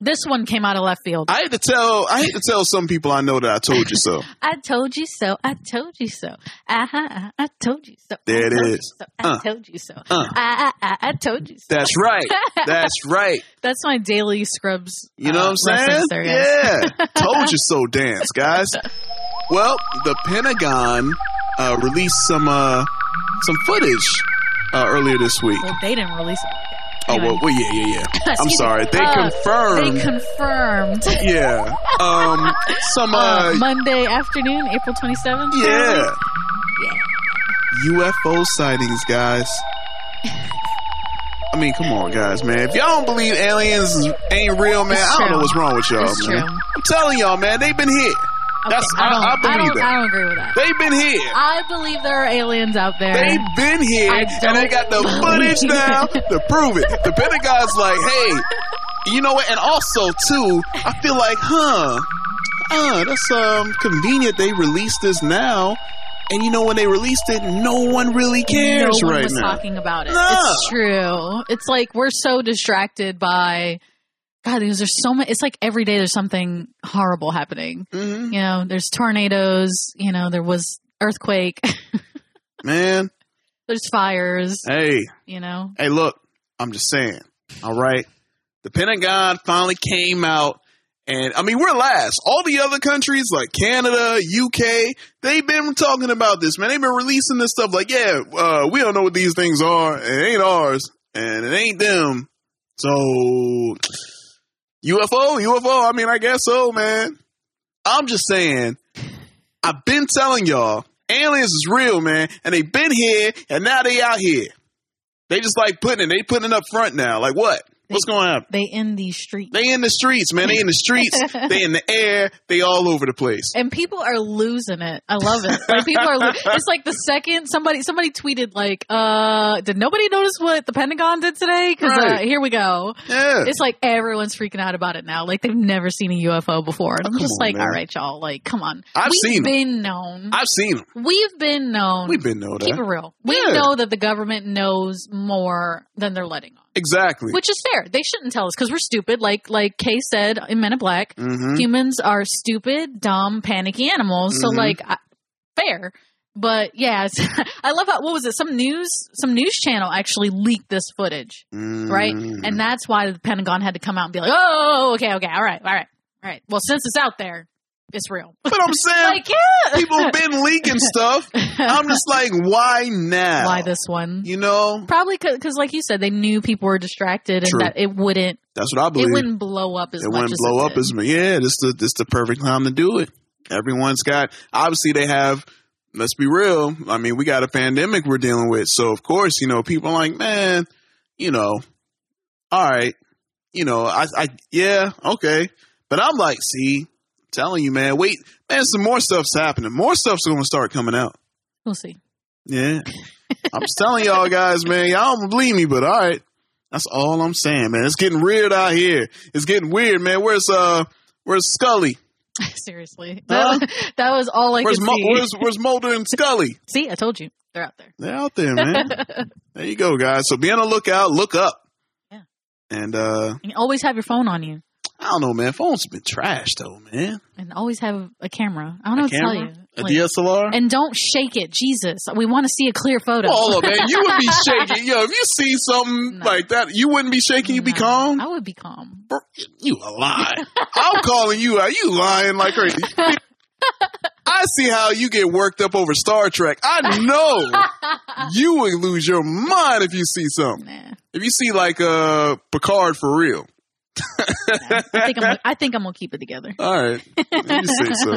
[SPEAKER 5] this one came out of left field. I,
[SPEAKER 4] I hate to tell I hate to tell some people I know that I told you
[SPEAKER 5] [LAUGHS]
[SPEAKER 4] so.
[SPEAKER 5] told you so. I told you so. Uh-huh, uh, I told you so.
[SPEAKER 4] There
[SPEAKER 5] I
[SPEAKER 4] it
[SPEAKER 5] told you
[SPEAKER 4] is.
[SPEAKER 5] so. I
[SPEAKER 4] Uh.
[SPEAKER 5] told you so.
[SPEAKER 4] Uh.
[SPEAKER 5] I, I, I, I told you so.
[SPEAKER 4] That's right. That's right.
[SPEAKER 5] That's my daily scrubs.
[SPEAKER 4] You know
[SPEAKER 5] uh,
[SPEAKER 4] what I'm saying?
[SPEAKER 5] reference there, guys. [LAUGHS]
[SPEAKER 4] Yeah. told you so dance, guys. Well, the Pentagon uh, released some uh, some footage uh, earlier this week.
[SPEAKER 5] Well, they didn't release it.
[SPEAKER 4] Oh well, well yeah, yeah,
[SPEAKER 5] [LAUGHS]
[SPEAKER 4] yeah. I'm
[SPEAKER 5] Excuse
[SPEAKER 4] sorry.
[SPEAKER 5] me.
[SPEAKER 4] They
[SPEAKER 5] Uh,
[SPEAKER 4] confirmed
[SPEAKER 5] They confirmed
[SPEAKER 4] Yeah. Um some
[SPEAKER 5] uh,
[SPEAKER 4] uh
[SPEAKER 5] Monday afternoon, April 27th.
[SPEAKER 4] yeah. UFO sightings, guys. I mean, come on, guys, man. If y'all don't believe aliens is- ain't real, man,
[SPEAKER 5] It's
[SPEAKER 4] I don't know
[SPEAKER 5] true.
[SPEAKER 4] what's wrong with y'all,
[SPEAKER 5] It's
[SPEAKER 4] man.
[SPEAKER 5] true.
[SPEAKER 4] I'm telling y'all, man, they've been here.
[SPEAKER 5] Okay,
[SPEAKER 4] That's
[SPEAKER 5] I, don't,
[SPEAKER 4] I, I believe
[SPEAKER 5] don't,
[SPEAKER 4] that.
[SPEAKER 5] I don't agree with that.
[SPEAKER 4] They've been here.
[SPEAKER 5] I believe there are aliens out there.
[SPEAKER 4] They've been here,
[SPEAKER 5] I
[SPEAKER 4] and they got the
[SPEAKER 5] don't
[SPEAKER 4] footage
[SPEAKER 5] believe
[SPEAKER 4] now to prove it. The Pentagon's like, hey, You know what? And also too, I feel like, huh, uh, that's um convenient they released this now. And you know when they released it, no one really cares
[SPEAKER 5] no one
[SPEAKER 4] right
[SPEAKER 5] was
[SPEAKER 4] now.
[SPEAKER 5] talking about it.
[SPEAKER 4] No.
[SPEAKER 5] It's true. It's like we're so distracted by God. There's, there's so much. It's like every day there's something horrible happening.
[SPEAKER 4] Mhm.
[SPEAKER 5] You know, there's tornadoes. You know, there was earthquake. [LAUGHS]
[SPEAKER 4] Man,
[SPEAKER 5] there's fires.
[SPEAKER 4] hey,
[SPEAKER 5] You know,
[SPEAKER 4] hey, look, I'm just saying. All right, the Pentagon finally came out, and I mean we're last. All the other countries like Canada, UK, they've been talking about this. Man, they've been releasing this stuff. Like, yeah, uh, we don't know what these things are. It ain't ours, and it ain't them. So UFO, UFO. I mean, I guess so, man. I'm just saying. I've been telling y'all, aliens is real, man, and they've been here, and now they out here. They just like putting it. They putting it up front now. Like what? What's going on?
[SPEAKER 5] they in these streets.
[SPEAKER 4] They in the streets, man. They in the
[SPEAKER 5] [LAUGHS]
[SPEAKER 4] streets. they in the air. They all over the place.
[SPEAKER 5] and people are losing it. I love it. Like people
[SPEAKER 4] [LAUGHS]
[SPEAKER 5] are. lo- It's like the second somebody somebody tweeted like, "Uh, did nobody notice what the Pentagon did today?" Because uh,
[SPEAKER 4] Right.
[SPEAKER 5] here we go.
[SPEAKER 4] Yeah.
[SPEAKER 5] It's like everyone's freaking out about it now. Like they've never seen a UFO before, and I'm
[SPEAKER 4] Oh, Come
[SPEAKER 5] just
[SPEAKER 4] on,
[SPEAKER 5] like,
[SPEAKER 4] man.
[SPEAKER 5] "All right, y'all. Like, come on.
[SPEAKER 4] I've
[SPEAKER 5] We've
[SPEAKER 4] seen 'em.
[SPEAKER 5] been known.
[SPEAKER 4] I've seen them.
[SPEAKER 5] We've been known.
[SPEAKER 4] We've been know
[SPEAKER 5] Keep it
[SPEAKER 4] that
[SPEAKER 5] real. We
[SPEAKER 4] Yeah.
[SPEAKER 5] know that the government knows more than they're letting on,
[SPEAKER 4] exactly.
[SPEAKER 5] which is fair. They shouldn't tell us because we're stupid. Like like Kay said in Men in Black,
[SPEAKER 4] hmm
[SPEAKER 5] humans are stupid, dumb, panicky animals. So
[SPEAKER 4] Mhm.
[SPEAKER 5] like, I, fair. But yeah, it's- [LAUGHS] I love how what was it? Some news, some news channel actually leaked this footage, right?
[SPEAKER 4] Mm-hmm.
[SPEAKER 5] And that's why the Pentagon had to come out and be like, "Oh, okay, okay, all right, all right, all right." Well, since it's out there, it's real.
[SPEAKER 4] but I'm saying
[SPEAKER 5] like, [LAUGHS] yeah.
[SPEAKER 4] people been leaking stuff. I'm just like, why now?
[SPEAKER 5] why this one?
[SPEAKER 4] You know,
[SPEAKER 5] Probably because, like you said, they knew people were distracted and
[SPEAKER 4] True.
[SPEAKER 5] that it wouldn't,
[SPEAKER 4] that's what I
[SPEAKER 5] it
[SPEAKER 4] believe.
[SPEAKER 5] wouldn't blow up as
[SPEAKER 4] it
[SPEAKER 5] much.
[SPEAKER 4] wouldn't
[SPEAKER 5] as
[SPEAKER 4] blow
[SPEAKER 5] it
[SPEAKER 4] up
[SPEAKER 5] did.
[SPEAKER 4] as much. Yeah, this the this the perfect time to do it. Everyone's got obviously they have. Let's be real. I mean, we got a pandemic we're dealing with, so of course you know people are like, man, you know, all right, you know, I, I yeah, okay, but I'm like, see, I'm telling you, man, wait, man, some more stuff's happening. More stuff's going to start coming out.
[SPEAKER 5] We'll see. [LAUGHS]
[SPEAKER 4] Yeah. I'm just telling y'all guys, man. Y'all don't believe me, but all right. That's all I'm saying, man. It's getting weird out here. It's getting weird, man. Where's uh where's Scully?
[SPEAKER 5] Seriously,
[SPEAKER 4] Huh?
[SPEAKER 5] that, [LAUGHS] that was all I
[SPEAKER 4] Where's
[SPEAKER 5] could
[SPEAKER 4] Mo-
[SPEAKER 5] see.
[SPEAKER 4] where's where's Mulder and Scully?
[SPEAKER 5] See, I told you. They're out there.
[SPEAKER 4] They're out there,
[SPEAKER 5] [LAUGHS]
[SPEAKER 4] man. there you go, guys. So be on the lookout, look up.
[SPEAKER 5] Yeah.
[SPEAKER 4] And uh
[SPEAKER 5] And always have your phone on you.
[SPEAKER 4] I don't know, man. Phones been trash though, man.
[SPEAKER 5] And always have a camera. I don't know what
[SPEAKER 4] Camera?
[SPEAKER 5] to
[SPEAKER 4] A
[SPEAKER 5] tell you. Like,
[SPEAKER 4] DSLR?
[SPEAKER 5] and uh, don't shake it. Jesus. We want to see a clear photo.
[SPEAKER 4] Hold up, man. You would
[SPEAKER 5] [LAUGHS]
[SPEAKER 4] be shaking. Yo, if you see something
[SPEAKER 5] No.
[SPEAKER 4] like that, you wouldn't be shaking, you'd be
[SPEAKER 5] No,
[SPEAKER 4] calm.
[SPEAKER 5] I would be calm.
[SPEAKER 4] Bro, you a lie. I'm calling you out. You lying like crazy. I see how you get worked up over Star Trek. I know you would lose your mind if you see something.
[SPEAKER 5] Nah.
[SPEAKER 4] If you see like uh Picard for real.
[SPEAKER 5] nah. I think I'm I think I'm gonna keep it together.
[SPEAKER 4] All right. You say so.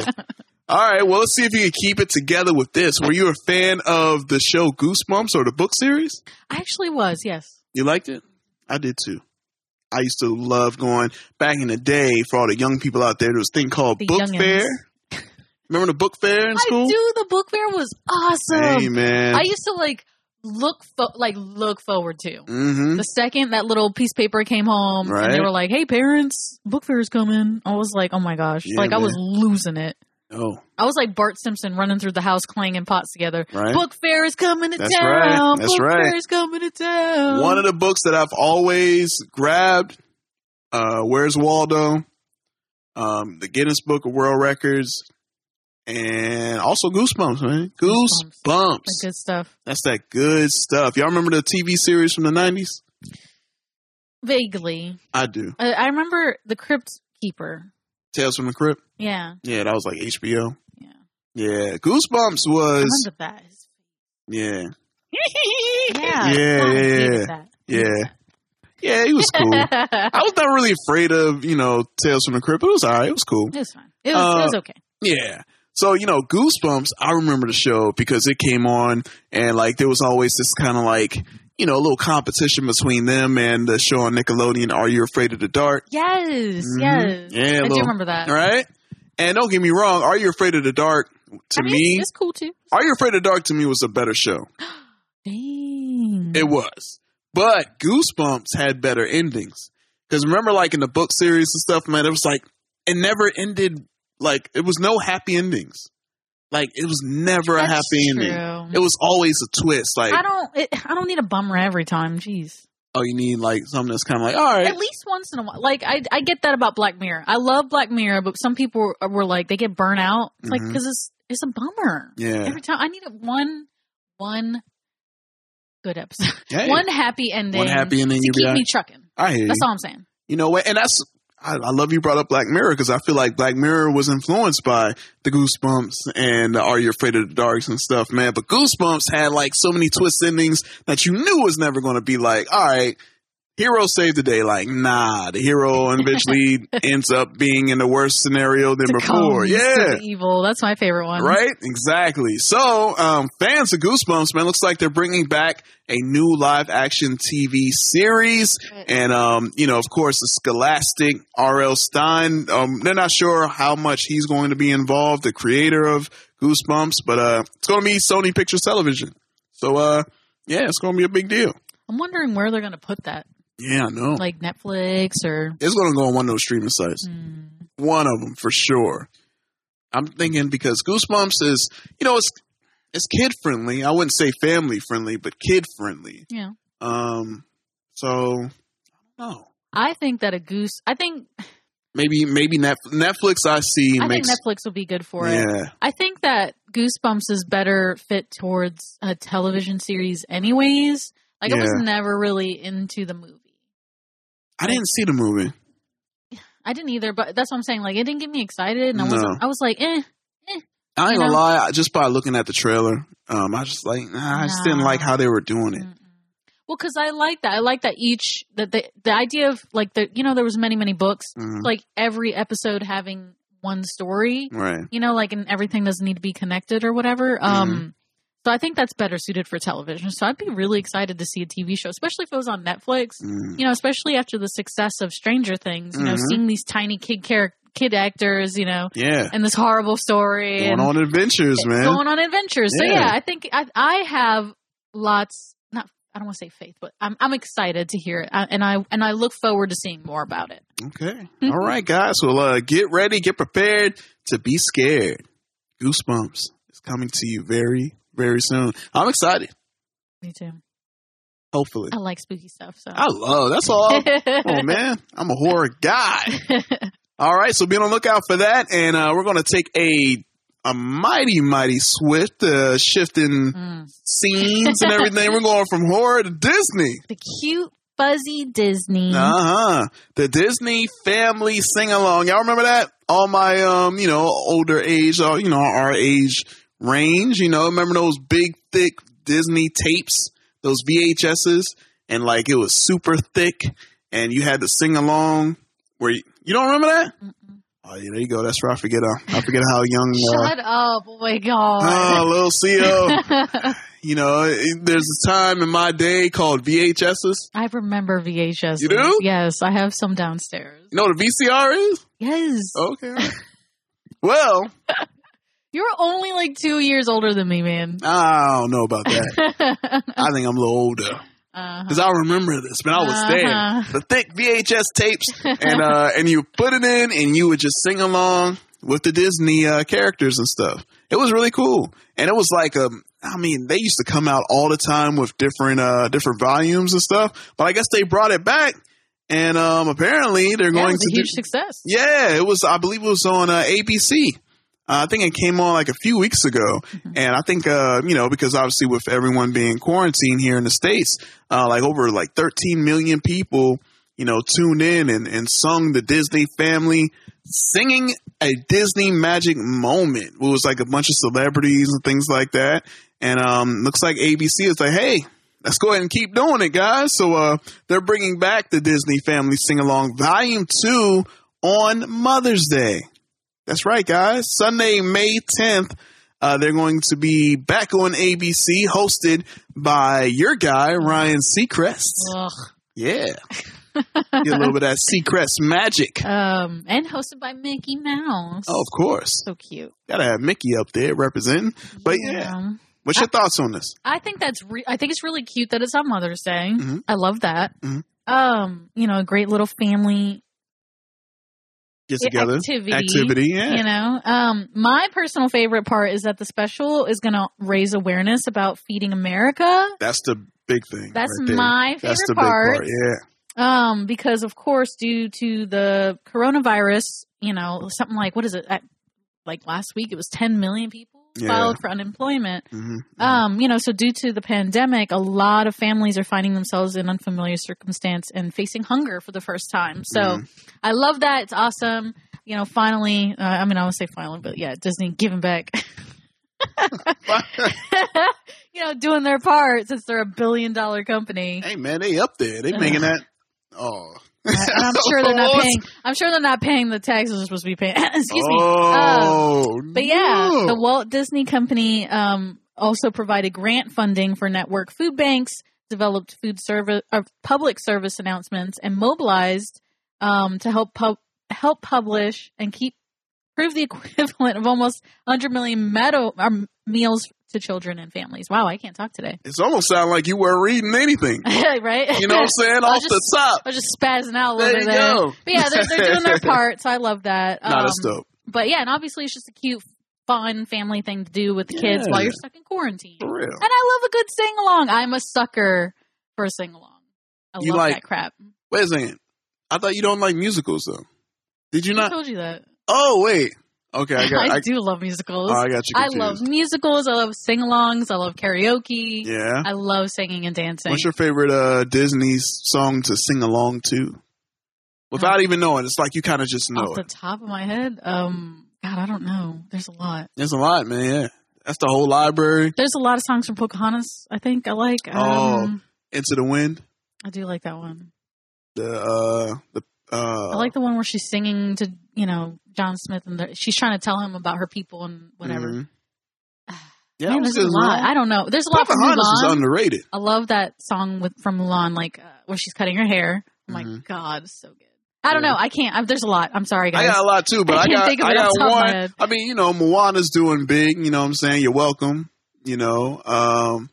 [SPEAKER 4] All right, well let's see if you can keep it together with this. Were you a fan of the show Goosebumps or the book series?
[SPEAKER 5] I actually was, yes.
[SPEAKER 4] You liked it? I did too. I used to love going back in the day for all the young people out there. There was a thing called
[SPEAKER 5] The
[SPEAKER 4] book
[SPEAKER 5] youngins.
[SPEAKER 4] fair. Remember the book fair in
[SPEAKER 5] I
[SPEAKER 4] school?
[SPEAKER 5] do the book fair was awesome.
[SPEAKER 4] Hey man.
[SPEAKER 5] I used to like look fo- like look forward to.
[SPEAKER 4] mm-hmm.
[SPEAKER 5] The second that little piece of paper came home and they
[SPEAKER 4] Right.
[SPEAKER 5] were like, Hey parents, book fair is coming. I was like, Oh my gosh.
[SPEAKER 4] Yeah,
[SPEAKER 5] like I
[SPEAKER 4] man.
[SPEAKER 5] was losing it.
[SPEAKER 4] Oh,
[SPEAKER 5] I was like Bart Simpson running through the house clanging pots together.
[SPEAKER 4] right.
[SPEAKER 5] Book fair is coming to
[SPEAKER 4] That's
[SPEAKER 5] town.
[SPEAKER 4] right. That's
[SPEAKER 5] Book
[SPEAKER 4] right.
[SPEAKER 5] fair is coming to town.
[SPEAKER 4] One of the books that I've always grabbed. Uh, Where's Waldo? Um, the Guinness Book of World Records, and also Goosebumps, man. Goosebumps.
[SPEAKER 5] Goosebumps. the good stuff.
[SPEAKER 4] That's that good stuff. Y'all remember the TV series from the nineties?
[SPEAKER 5] Vaguely,
[SPEAKER 4] I do.
[SPEAKER 5] uh, I remember the Crypt Keeper.
[SPEAKER 4] Tales from the Crypt.
[SPEAKER 5] Yeah,
[SPEAKER 4] Yeah, that was like HBO.
[SPEAKER 5] Yeah.
[SPEAKER 4] Yeah. Goosebumps
[SPEAKER 5] I
[SPEAKER 4] was
[SPEAKER 5] remember
[SPEAKER 4] [LAUGHS]
[SPEAKER 5] that.
[SPEAKER 4] yeah.
[SPEAKER 5] Yeah,
[SPEAKER 4] Yeah,
[SPEAKER 5] I
[SPEAKER 4] yeah,
[SPEAKER 5] hated
[SPEAKER 4] Yeah. Yeah, it was
[SPEAKER 5] [LAUGHS]
[SPEAKER 4] cool.
[SPEAKER 5] that.
[SPEAKER 4] I was not really afraid of, you know, Tales from the Crypt. It was alright, it was cool.
[SPEAKER 5] it was fine. It was,
[SPEAKER 4] Uh,
[SPEAKER 5] it was okay.
[SPEAKER 4] Yeah. So, you know, Goosebumps, I remember the show because it came on and like there was always this kind of like, you know, a little competition between them and the show on Nickelodeon, Are You Afraid of the Dark?
[SPEAKER 5] Yes,
[SPEAKER 4] Mhm.
[SPEAKER 5] yes.
[SPEAKER 4] Yeah,
[SPEAKER 5] I
[SPEAKER 4] little-
[SPEAKER 5] do remember that.
[SPEAKER 4] Right? And don't get me wrong, Are You Afraid of the Dark to
[SPEAKER 5] I mean,
[SPEAKER 4] me,
[SPEAKER 5] it's cool too.
[SPEAKER 4] Are You Afraid of the Dark to me was a better show.
[SPEAKER 5] Dang. Mm-hmm.
[SPEAKER 4] It was. But Goosebumps had better endings. Because remember, like in the book series and stuff, man, it was like it never ended. Like it was no happy endings. Like it was never a
[SPEAKER 5] That's
[SPEAKER 4] happy ending.
[SPEAKER 5] true.
[SPEAKER 4] It was always a twist. Like
[SPEAKER 5] I don't. It, I don't need a bummer every time. Jeez.
[SPEAKER 4] oh, you need like something that's kind of like all right.
[SPEAKER 5] At least once in a while. Like I, I get that about Black Mirror. I love Black Mirror, but some people were, were like they get burnt out. It's like
[SPEAKER 4] Mhm.
[SPEAKER 5] because it's it's a bummer [LAUGHS]
[SPEAKER 4] yeah.
[SPEAKER 5] every time. I need a one one good episode,
[SPEAKER 4] Hey,
[SPEAKER 5] one happy ending,
[SPEAKER 4] one happy ending. You
[SPEAKER 5] keep
[SPEAKER 4] be like,
[SPEAKER 5] me trucking.
[SPEAKER 4] I hear you.
[SPEAKER 5] That's all I'm saying.
[SPEAKER 4] You know what? And that's I, I love you brought up Black Mirror because I feel like Black Mirror was influenced by the Goosebumps and the Are You Afraid of the Darks and stuff, man. But Goosebumps had like so many twist endings that you knew was never going to be like, all right, hero saved the day. Like, nah, the hero eventually ends up being in the worse scenario than before.
[SPEAKER 5] Succumbs to
[SPEAKER 4] Yeah.
[SPEAKER 5] the evil. That's my favorite one.
[SPEAKER 4] Right? Exactly. So, um, fans of Goosebumps, man, looks like they're bringing back a new live action TV series. And, um, you know, of course, the Scholastic R.L. Stein. Um, they're not sure how much he's going to be involved, the creator of Goosebumps, but, uh, it's going to be Sony Pictures Television. So, uh, yeah, it's going to be a big deal.
[SPEAKER 5] I'm wondering where they're gonna put that,
[SPEAKER 4] Yeah, I know.
[SPEAKER 5] like Netflix or.
[SPEAKER 4] it's going to go on one of those streaming sites.
[SPEAKER 5] Hmm.
[SPEAKER 4] one of them for sure. I'm thinking because Goosebumps is, you know, it's it's kid friendly. I wouldn't say family friendly, but kid friendly.
[SPEAKER 5] Yeah.
[SPEAKER 4] Um. So, I don't know.
[SPEAKER 5] I think that a goose. I think
[SPEAKER 4] Maybe maybe Net, Netflix. I see
[SPEAKER 5] I think
[SPEAKER 4] makes
[SPEAKER 5] Netflix will be good for it.
[SPEAKER 4] yeah.
[SPEAKER 5] I think that Goosebumps is better fit towards a television series, anyways. Like I was
[SPEAKER 4] Yeah.
[SPEAKER 5] never really into the movie.
[SPEAKER 4] I didn't see the movie.
[SPEAKER 5] I didn't either, but that's what I'm saying. Like it didn't get me excited, and I
[SPEAKER 4] No.
[SPEAKER 5] was I was like, eh.
[SPEAKER 4] I ain't gonna
[SPEAKER 5] No.
[SPEAKER 4] lie. I- Just by looking at the trailer, um, I just like nah, I just didn't
[SPEAKER 5] Nah.
[SPEAKER 4] like how they were doing it.
[SPEAKER 5] Mm-mm. Well, because I like that. I like that each that the the idea of like the you know there was many many books
[SPEAKER 4] Mhm.
[SPEAKER 5] like every episode having one story.
[SPEAKER 4] Mm, Right.
[SPEAKER 5] You know, like and everything doesn't need to be connected or whatever.
[SPEAKER 4] Mm-hmm.
[SPEAKER 5] Um, so I think that's better suited for television. So I'd be really excited to see a TV show, especially if it was on Netflix.
[SPEAKER 4] Mm.
[SPEAKER 5] you know, especially after the success of Stranger Things, you know,
[SPEAKER 4] Mhm.
[SPEAKER 5] seeing these tiny kid char- kid actors, you know,
[SPEAKER 4] Yeah.
[SPEAKER 5] and this horrible story
[SPEAKER 4] Going
[SPEAKER 5] and
[SPEAKER 4] on adventures, man.
[SPEAKER 5] going on adventures. So
[SPEAKER 4] Yeah.
[SPEAKER 5] yeah, I think I I have lots not I don't want to say faith, but I'm I'm excited to hear it, I, and I and I look forward to seeing more about it.
[SPEAKER 4] Okay. All right, guys. Well, uh, get ready, get prepared to be scared. Goosebumps is coming to you very, very soon. I'm excited.
[SPEAKER 5] Me too.
[SPEAKER 4] Hopefully,
[SPEAKER 5] I like spooky stuff. So [LAUGHS]
[SPEAKER 4] I love. That's all. oh man, I'm a horror guy. All right, so be on the lookout for that, and uh, we're gonna take a a mighty, mighty swift uh, shift in
[SPEAKER 5] Mm.
[SPEAKER 4] scenes and everything. we're going from horror to Disney.
[SPEAKER 5] the cute fuzzy Disney.
[SPEAKER 4] Uh huh. The Disney Family Sing Along. Y'all remember that? All my, um, you know, older age, or you know, our age range. You know, remember those big, thick Disney tapes, those VHSs, and like it was super thick, and you had to sing along. Where you, you don't remember that?
[SPEAKER 5] Mm-mm.
[SPEAKER 4] Oh, yeah, there you go. That's where I forget. Uh, I forget how young. Uh,
[SPEAKER 5] Shut up! Oh my god.
[SPEAKER 4] Oh, little CO.
[SPEAKER 5] [LAUGHS]
[SPEAKER 4] You know, it- there's a time in my day called VHSs.
[SPEAKER 5] I remember VHS.
[SPEAKER 4] You do?
[SPEAKER 5] Yes, I have some downstairs.
[SPEAKER 4] You know what a VCR is?
[SPEAKER 5] Yes.
[SPEAKER 4] Okay. well,
[SPEAKER 5] You're only like two years older than me, man. [LAUGHS]
[SPEAKER 4] I don't know about that.
[SPEAKER 5] uh-huh.
[SPEAKER 4] I think I'm a little
[SPEAKER 5] [LAUGHS]
[SPEAKER 4] older because I remember this when I was there.
[SPEAKER 5] Uh-huh.
[SPEAKER 4] The thick VHS tapes, and uh, and you put it in, and you would just sing along with the Disney uh, characters and stuff. It was really cool, and it was like um, I mean, they used to come out all the time with different uh, different volumes and stuff. But I guess they brought it back, and um, apparently they're
[SPEAKER 5] Yeah, it
[SPEAKER 4] going
[SPEAKER 5] was
[SPEAKER 4] to
[SPEAKER 5] a
[SPEAKER 4] do-
[SPEAKER 5] huge success.
[SPEAKER 4] yeah, it was. I believe it was on uh, ABC. Uh, I think it came on like a few weeks ago, and I think uh, you know because obviously with everyone being quarantined here in the states, uh, like over like 13 million people, you know, tuned in and and sung the Disney family singing a Disney magic moment. It was like a bunch of celebrities and things like that, and um, looks like ABC is like, hey. Let's go ahead and keep doing it, guys. So uh, they're bringing back the Disney Family Sing Along Volume 2 on Mother's Day. That's right, guys. Sunday, May 10th, uh, they're going to be back on ABC, hosted by your guy, Ryan Seacrest.
[SPEAKER 5] Ugh.
[SPEAKER 4] Yeah. Get a little bit of that Seacrest magic.
[SPEAKER 5] Um, and hosted by Mickey Mouse.
[SPEAKER 4] Oh, of course.
[SPEAKER 5] so cute.
[SPEAKER 4] Gotta have Mickey up there representing. But yeah, what's your thoughts on this?
[SPEAKER 5] I think that's. Re- I think it's really cute that it's on Mother's Day.
[SPEAKER 4] Mhm.
[SPEAKER 5] I love that.
[SPEAKER 4] Mhm.
[SPEAKER 5] um, you know, a great little family
[SPEAKER 4] Get
[SPEAKER 5] Yeah,
[SPEAKER 4] together.
[SPEAKER 5] activity.
[SPEAKER 4] Activity, yeah.
[SPEAKER 5] you know um my personal favorite part is that the special is going to raise awareness about feeding america
[SPEAKER 4] That's the big thing.
[SPEAKER 5] that's
[SPEAKER 4] right there.
[SPEAKER 5] my favorite
[SPEAKER 4] That's the big
[SPEAKER 5] part,
[SPEAKER 4] part. Yeah.
[SPEAKER 5] um because of course due to the coronavirus you know something like what is it I, like last week it was 10 million people
[SPEAKER 4] Yeah.
[SPEAKER 5] filed for unemployment
[SPEAKER 4] Mhm. [LAUGHS]
[SPEAKER 5] um you know so due to the pandemic a lot of families are finding themselves in unfamiliar circumstance and facing hunger for the first time so
[SPEAKER 4] Mhm.
[SPEAKER 5] i love that it's awesome you know finally uh, i mean i would say finally but yeah disney giving back [LAUGHS] you know doing their part since they're a billion dollar company
[SPEAKER 4] hey man, they up there. They making that. Oh,
[SPEAKER 5] [LAUGHS] and I'm sure they're not
[SPEAKER 4] Oh,
[SPEAKER 5] paying. I'm sure they're not paying the taxes they're supposed to be paying. [LAUGHS] Excuse me. Um,
[SPEAKER 4] Oh,
[SPEAKER 5] but yeah,
[SPEAKER 4] no.
[SPEAKER 5] the Walt Disney Company um, also provided grant funding for network food banks, developed food service or public service announcements, and mobilized um, to help pub- help publish and keep prove the [LAUGHS] equivalent of almost 100 million meadow, or meals to children and families. Wow, I can't talk today.
[SPEAKER 4] it's almost sound like you weren't reading
[SPEAKER 5] [LAUGHS]
[SPEAKER 4] anything.
[SPEAKER 5] right?
[SPEAKER 4] You know what I'm
[SPEAKER 5] [LAUGHS]
[SPEAKER 4] saying?
[SPEAKER 5] I
[SPEAKER 4] Off
[SPEAKER 5] just-
[SPEAKER 4] the top.
[SPEAKER 5] I was just spazzing out a little
[SPEAKER 4] There
[SPEAKER 5] bit
[SPEAKER 4] you
[SPEAKER 5] there.
[SPEAKER 4] go.
[SPEAKER 5] But yeah, they're, they're doing
[SPEAKER 4] [LAUGHS]
[SPEAKER 5] their part, so I love that.
[SPEAKER 4] Nah, that's
[SPEAKER 5] Um,
[SPEAKER 4] dope.
[SPEAKER 5] But yeah, and obviously it's just a cute, fun family thing to do with the kids
[SPEAKER 4] Yeah.
[SPEAKER 5] while you're stuck in quarantine. And
[SPEAKER 4] For real.
[SPEAKER 5] I love a good sing along. I'm a sucker for a sing along. I
[SPEAKER 4] You
[SPEAKER 5] love
[SPEAKER 4] like-
[SPEAKER 5] that crap.
[SPEAKER 4] Wait a second. I thought you don't like musicals though. Did you
[SPEAKER 5] I [LAUGHS]
[SPEAKER 4] not?
[SPEAKER 5] told you that.
[SPEAKER 4] Oh wait. Okay,
[SPEAKER 5] [LAUGHS]
[SPEAKER 4] I got. I,
[SPEAKER 5] I, do love musicals.
[SPEAKER 4] oh, I got you.
[SPEAKER 5] I
[SPEAKER 4] Confused.
[SPEAKER 5] love musicals. I love sing alongs. I love karaoke.
[SPEAKER 4] Yeah.
[SPEAKER 5] I love singing and dancing.
[SPEAKER 4] What's your favorite uh, Disney song to sing along to?
[SPEAKER 5] Um,
[SPEAKER 4] Without even knowing, it's like you kind of just know
[SPEAKER 5] Off the
[SPEAKER 4] it.
[SPEAKER 5] top of my head, um, God, I don't know. There's a lot.
[SPEAKER 4] There's a lot, man. Yeah, that's the whole library.
[SPEAKER 5] There's a lot of songs from Pocahontas. I think I like. Um,
[SPEAKER 4] Oh. Into the wind.
[SPEAKER 5] I do like that one.
[SPEAKER 4] The uh, the uh,
[SPEAKER 5] I like the one where she's singing to you know John Smith, and the, she's trying to tell him about her people and whatever.
[SPEAKER 4] mhm. Yeah,
[SPEAKER 5] Man,
[SPEAKER 4] it was
[SPEAKER 5] there's a
[SPEAKER 4] good,
[SPEAKER 5] lot.
[SPEAKER 4] man.
[SPEAKER 5] I don't know. There's a lot from
[SPEAKER 4] Pocahontas is
[SPEAKER 5] Mulan.
[SPEAKER 4] underrated.
[SPEAKER 5] I love that song with from Mulan, like uh, where she's cutting her hair. I'm like,
[SPEAKER 4] Mhm.
[SPEAKER 5] God, it's so good. I don't know. I can't. I, there's a lot. I'm sorry,
[SPEAKER 4] I
[SPEAKER 5] guys.
[SPEAKER 4] got a lot too, but
[SPEAKER 5] I
[SPEAKER 4] I,
[SPEAKER 5] can't
[SPEAKER 4] got
[SPEAKER 5] think of
[SPEAKER 4] I
[SPEAKER 5] it off
[SPEAKER 4] got
[SPEAKER 5] the top of my
[SPEAKER 4] one.
[SPEAKER 5] head.
[SPEAKER 4] I mean, you know, Moana's doing big. You know, what I'm saying you're welcome. You know, um,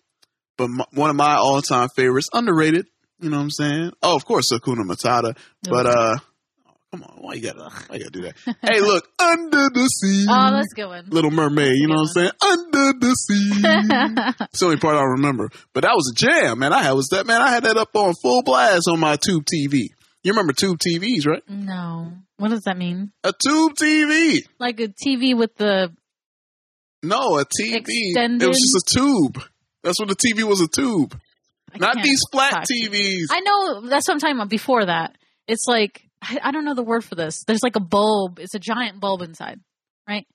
[SPEAKER 4] but m one of my all time favorites, underrated. You know what I'm saying? Oh, of course, Hakuna Matata. But uh, come on, why you gotta why you gotta do that? hey, look, under the sea,
[SPEAKER 5] [LAUGHS] oh, that's a good one.
[SPEAKER 4] Little Mermaid. You know what I'm
[SPEAKER 5] that's
[SPEAKER 4] saying? Under the
[SPEAKER 5] [LAUGHS]
[SPEAKER 4] sea. It's the only part I remember. But that was a jam, man. I had was that man. I had that up on full blast on my tube TV. You remember tube TVs, right?
[SPEAKER 5] no, what does that mean?
[SPEAKER 4] A tube TV.
[SPEAKER 5] Like a TV with the
[SPEAKER 4] No, a TV.
[SPEAKER 5] Extended?
[SPEAKER 4] It was just a tube. That's what the TV was a tube.
[SPEAKER 5] I
[SPEAKER 4] Not
[SPEAKER 5] can't
[SPEAKER 4] these
[SPEAKER 5] talk
[SPEAKER 4] flat
[SPEAKER 5] to you.
[SPEAKER 4] TVs.
[SPEAKER 5] I know that's what I'm talking about. Before that, it's like I, I don't know the word for this. There's like a bulb. It's a giant bulb inside.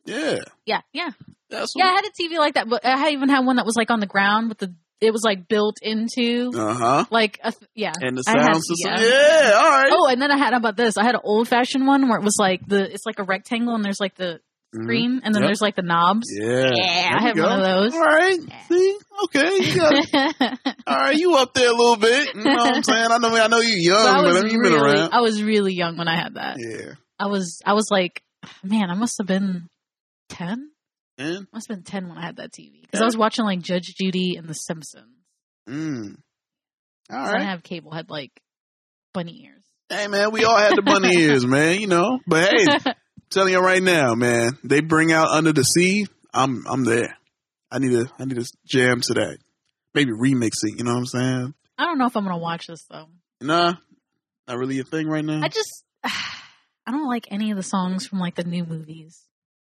[SPEAKER 4] yeah.
[SPEAKER 5] Yeah, yeah,
[SPEAKER 4] That's
[SPEAKER 5] yeah. I
[SPEAKER 4] what
[SPEAKER 5] had a TV like that, but I had- even had one that was like on the ground with the. It was like built into
[SPEAKER 4] Uh huh.
[SPEAKER 5] like a th- yeah.
[SPEAKER 4] And the
[SPEAKER 5] I
[SPEAKER 4] sound
[SPEAKER 5] have-
[SPEAKER 4] system.
[SPEAKER 5] yeah.
[SPEAKER 4] Yeah. all right.
[SPEAKER 5] Oh, and then I had how about this. I had an old fashioned one where it was like the it's like a rectangle and there's like the
[SPEAKER 4] Mhm.
[SPEAKER 5] screen and then
[SPEAKER 4] Yep.
[SPEAKER 5] there's like the knobs.
[SPEAKER 4] Yeah.
[SPEAKER 5] Yeah, I
[SPEAKER 4] There
[SPEAKER 5] had
[SPEAKER 4] you
[SPEAKER 5] one
[SPEAKER 4] go.
[SPEAKER 5] of
[SPEAKER 4] All right. See? Okay. You got
[SPEAKER 5] [LAUGHS]
[SPEAKER 4] it.
[SPEAKER 5] those.
[SPEAKER 4] all right. You up there a little bit. You know what I'm saying? I know, I know you
[SPEAKER 5] So I
[SPEAKER 4] young, but I
[SPEAKER 5] was
[SPEAKER 4] mean, you've been
[SPEAKER 5] really,
[SPEAKER 4] around.
[SPEAKER 5] I was really young when I had that.
[SPEAKER 4] Yeah.
[SPEAKER 5] I was, I was like, man, I must have been ten.
[SPEAKER 4] And,
[SPEAKER 5] Must have been ten when I had that TV because I was watching like Judge Judy and The Simpsons.
[SPEAKER 4] mm. All
[SPEAKER 5] 'Cause I
[SPEAKER 4] right.
[SPEAKER 5] didn't have cable; had like bunny ears.
[SPEAKER 4] Hey, man, we all had the bunny ears, man, you know. But hey, telling you right now, man, they bring out Under the Sea. I'm I'm there. I need to I need to jam to that. Maybe remix it. You know what I'm saying?
[SPEAKER 5] I don't know if I'm gonna watch this though.
[SPEAKER 4] Nah, not really a thing right now.
[SPEAKER 5] I just, [SIGHS] I don't like any of the songs from like the new movies.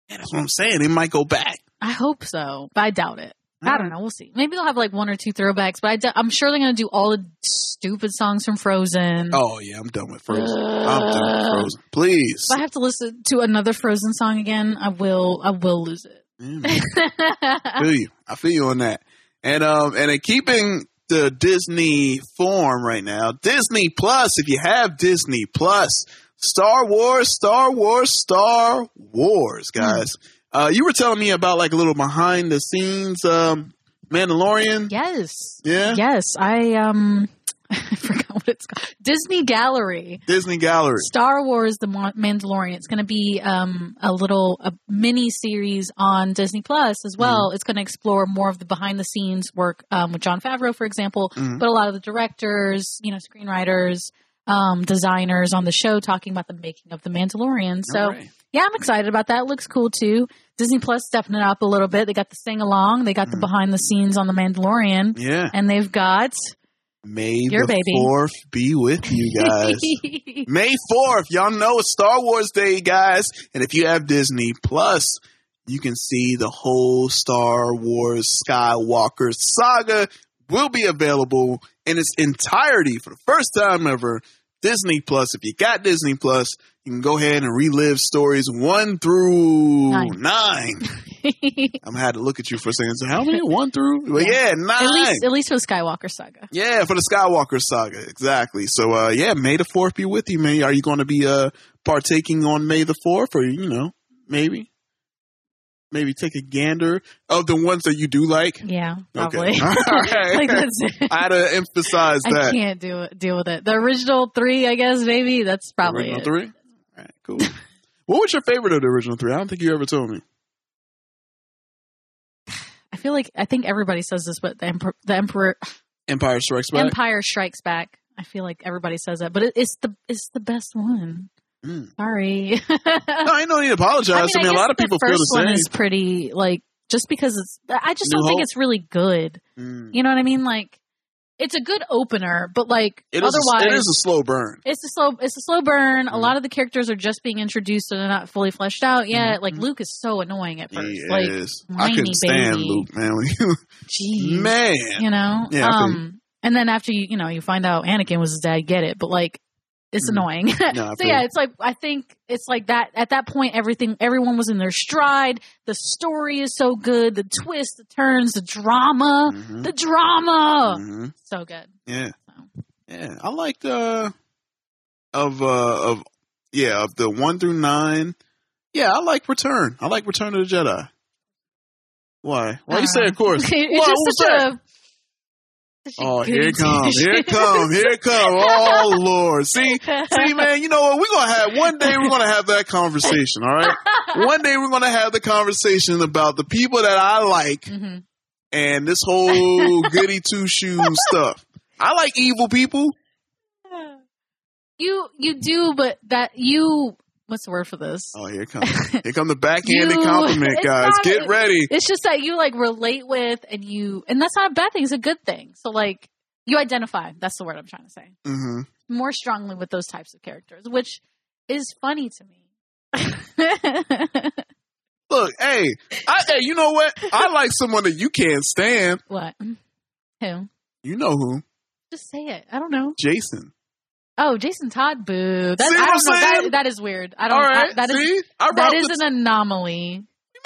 [SPEAKER 4] Yeah, that's what I'm saying. They might go back.
[SPEAKER 5] I hope so, but I doubt it. I don't know. We'll see. Maybe they'll have like one or two throwbacks, but I d- I'm sure they're gonna do all the stupid songs from Frozen.
[SPEAKER 4] Oh yeah, I'm done with Frozen. I'm done with Frozen. Please.
[SPEAKER 5] If I have to listen to another Frozen song again, I will. I will lose it.
[SPEAKER 4] Yeah, man,
[SPEAKER 5] [LAUGHS]
[SPEAKER 4] I Mm-hmm. feel you. I feel you on that. And um and in keeping the Disney form right now, Disney Plus. If you have Disney Plus, Star Wars, Star Wars, Star Wars,
[SPEAKER 5] Hmm.
[SPEAKER 4] guys. Uh, you were telling me about like a little behind the scenes um, Mandalorian.
[SPEAKER 5] yes.
[SPEAKER 4] Yeah.
[SPEAKER 5] Yes. I um. [LAUGHS] I forgot what it's called. Disney Gallery.
[SPEAKER 4] Disney Gallery.
[SPEAKER 5] Star Wars: The Mon- Mandalorian. It's going to be um, a little a mini series on Disney Plus as well.
[SPEAKER 4] Mm-hmm.
[SPEAKER 5] It's going to explore more of the behind the scenes work um, with John Favreau, for example,
[SPEAKER 4] Mhm.
[SPEAKER 5] but a lot of the directors, you know, screenwriters, um, designers on the show talking about the making of the Mandalorian. So
[SPEAKER 4] All right.
[SPEAKER 5] yeah, I'm excited about that. It looks cool too. Disney Plus stepping it up a little bit. They got the sing along. They got the
[SPEAKER 4] Mhm.
[SPEAKER 5] behind the scenes on the Mandalorian,
[SPEAKER 4] yeah,
[SPEAKER 5] and they've got
[SPEAKER 4] May
[SPEAKER 5] Your
[SPEAKER 4] the
[SPEAKER 5] baby.
[SPEAKER 4] fourth be with you
[SPEAKER 5] [LAUGHS]
[SPEAKER 4] guys. May fourth, y'all know it's Star Wars Day, guys, and if you have Disney Plus, you can see the whole Star Wars Skywalker saga will be available in its entirety for the first time ever. Disney Plus. If you got Disney Plus, you can go ahead and relive stories one through
[SPEAKER 5] Nine.
[SPEAKER 4] nine.
[SPEAKER 5] [LAUGHS] at
[SPEAKER 4] I'm gonna have to look at you for a second. So how many? One through? But yeah, nine.
[SPEAKER 5] least at least for the Skywalker saga.
[SPEAKER 4] yeah, for the Skywalker saga, exactly. So uh, yeah, May the Fourth be with you, man. Are you going to be uh partaking on May the Fourth, or you know, maybe, maybe take a gander of the ones that you do like?
[SPEAKER 5] Yeah, probably.
[SPEAKER 4] Okay, [LAUGHS] all right.
[SPEAKER 5] like that's it.
[SPEAKER 4] I had
[SPEAKER 5] [LAUGHS]
[SPEAKER 4] to emphasize
[SPEAKER 5] I
[SPEAKER 4] that.
[SPEAKER 5] can't do it, deal with it. The original three, I guess, maybe that's probably
[SPEAKER 4] original
[SPEAKER 5] it.
[SPEAKER 4] three. All right,
[SPEAKER 5] [LAUGHS]
[SPEAKER 4] cool. what was your favorite of the original three? I don't think you ever told me.
[SPEAKER 5] I feel like I think everybody says this, but the emperor, the emperor
[SPEAKER 4] Empire Strikes Back.
[SPEAKER 5] Empire Strikes Back. I feel like everybody says that, but it, it's the it's the best one.
[SPEAKER 4] Mm.
[SPEAKER 5] Sorry. [LAUGHS]
[SPEAKER 4] no, I ain't no need to apologize. I mean, a
[SPEAKER 5] guess
[SPEAKER 4] lot of
[SPEAKER 5] the
[SPEAKER 4] people feel the
[SPEAKER 5] first
[SPEAKER 4] same.
[SPEAKER 5] one is pretty like just because it's. I just
[SPEAKER 4] New
[SPEAKER 5] don't think
[SPEAKER 4] Hope?
[SPEAKER 5] it's really good.
[SPEAKER 4] Mm.
[SPEAKER 5] You know what I mean? Like it's a good opener, but like
[SPEAKER 4] It is a,
[SPEAKER 5] otherwise,
[SPEAKER 4] it is a slow burn.
[SPEAKER 5] it's a slow it's a slow burn. A
[SPEAKER 4] Mhm.
[SPEAKER 5] lot of the characters are just being introduced, so they're not fully fleshed out yet. Like
[SPEAKER 4] Mhm.
[SPEAKER 5] Luke is so annoying at first.
[SPEAKER 4] He
[SPEAKER 5] Like
[SPEAKER 4] is. I couldn't
[SPEAKER 5] whiny
[SPEAKER 4] stand
[SPEAKER 5] baby.
[SPEAKER 4] Luke, man. When
[SPEAKER 5] [LAUGHS]
[SPEAKER 4] he-
[SPEAKER 5] jeez,
[SPEAKER 4] man.
[SPEAKER 5] you know.
[SPEAKER 4] Yeah, I feel
[SPEAKER 5] um, and then after you you know you find out Anakin was his dad, get it? But like it's
[SPEAKER 4] Mhm.
[SPEAKER 5] annoying. [LAUGHS]
[SPEAKER 4] No, I
[SPEAKER 5] so
[SPEAKER 4] feel
[SPEAKER 5] yeah,
[SPEAKER 4] you.
[SPEAKER 5] it's like I think it's like that. At that point, everything, everyone was in their stride. The story is so good. The twists, the turns, the drama,
[SPEAKER 4] Mhm,
[SPEAKER 5] the drama,
[SPEAKER 4] mhm.
[SPEAKER 5] so good. [LAUGHS]
[SPEAKER 4] Yeah.
[SPEAKER 5] uh, So.
[SPEAKER 4] Yeah. I liked uh of uh of yeah, of the one through nine. Yeah, I like Return. I like Return of the Jedi. Why? Why
[SPEAKER 5] I
[SPEAKER 4] you
[SPEAKER 5] don't
[SPEAKER 4] say of
[SPEAKER 5] [LAUGHS]
[SPEAKER 4] course?
[SPEAKER 5] It's
[SPEAKER 4] Why, what was
[SPEAKER 5] Uh, just such
[SPEAKER 4] that?
[SPEAKER 5] a. such a
[SPEAKER 4] Oh, here
[SPEAKER 5] goody
[SPEAKER 4] it comes.
[SPEAKER 5] two-shoes.
[SPEAKER 4] Here it comes. Here it
[SPEAKER 5] [LAUGHS]
[SPEAKER 4] comes. Oh Lord. See See, man, you know what? We're gonna have one day. We're gonna have that conversation. All right. One day we're gonna have the conversation about the people that I like
[SPEAKER 5] Mhm.
[SPEAKER 4] and this
[SPEAKER 5] [LAUGHS]
[SPEAKER 4] whole goody two shoes stuff. I like evil people.
[SPEAKER 5] You you do, but that you what's the word for this?
[SPEAKER 4] Oh, here it comes here come the backhanded
[SPEAKER 5] You-
[SPEAKER 4] compliment,
[SPEAKER 5] it's
[SPEAKER 4] guys.
[SPEAKER 5] not-
[SPEAKER 4] Get ready.
[SPEAKER 5] It's just that you like relate with, and you, and that's not a bad thing. It's a good thing. So like you identify. That's the word I'm trying to say.
[SPEAKER 4] hmm
[SPEAKER 5] more strongly with those types of characters, which is funny to me. [LAUGHS]
[SPEAKER 4] Look, hey, I, hey, you know what? I like someone that you can't stand.
[SPEAKER 5] what? Who?
[SPEAKER 4] You know who?
[SPEAKER 5] Just say it. I don't know.
[SPEAKER 4] Jason.
[SPEAKER 5] Oh, Jason Todd. Boo. That,
[SPEAKER 4] See
[SPEAKER 5] I
[SPEAKER 4] what
[SPEAKER 5] don't know.
[SPEAKER 4] I'm
[SPEAKER 5] That,
[SPEAKER 4] saying?
[SPEAKER 5] that is weird. I don't.
[SPEAKER 4] All right,
[SPEAKER 5] I, that is
[SPEAKER 4] see, I
[SPEAKER 5] that
[SPEAKER 4] brought
[SPEAKER 5] is
[SPEAKER 4] the
[SPEAKER 5] an anomaly.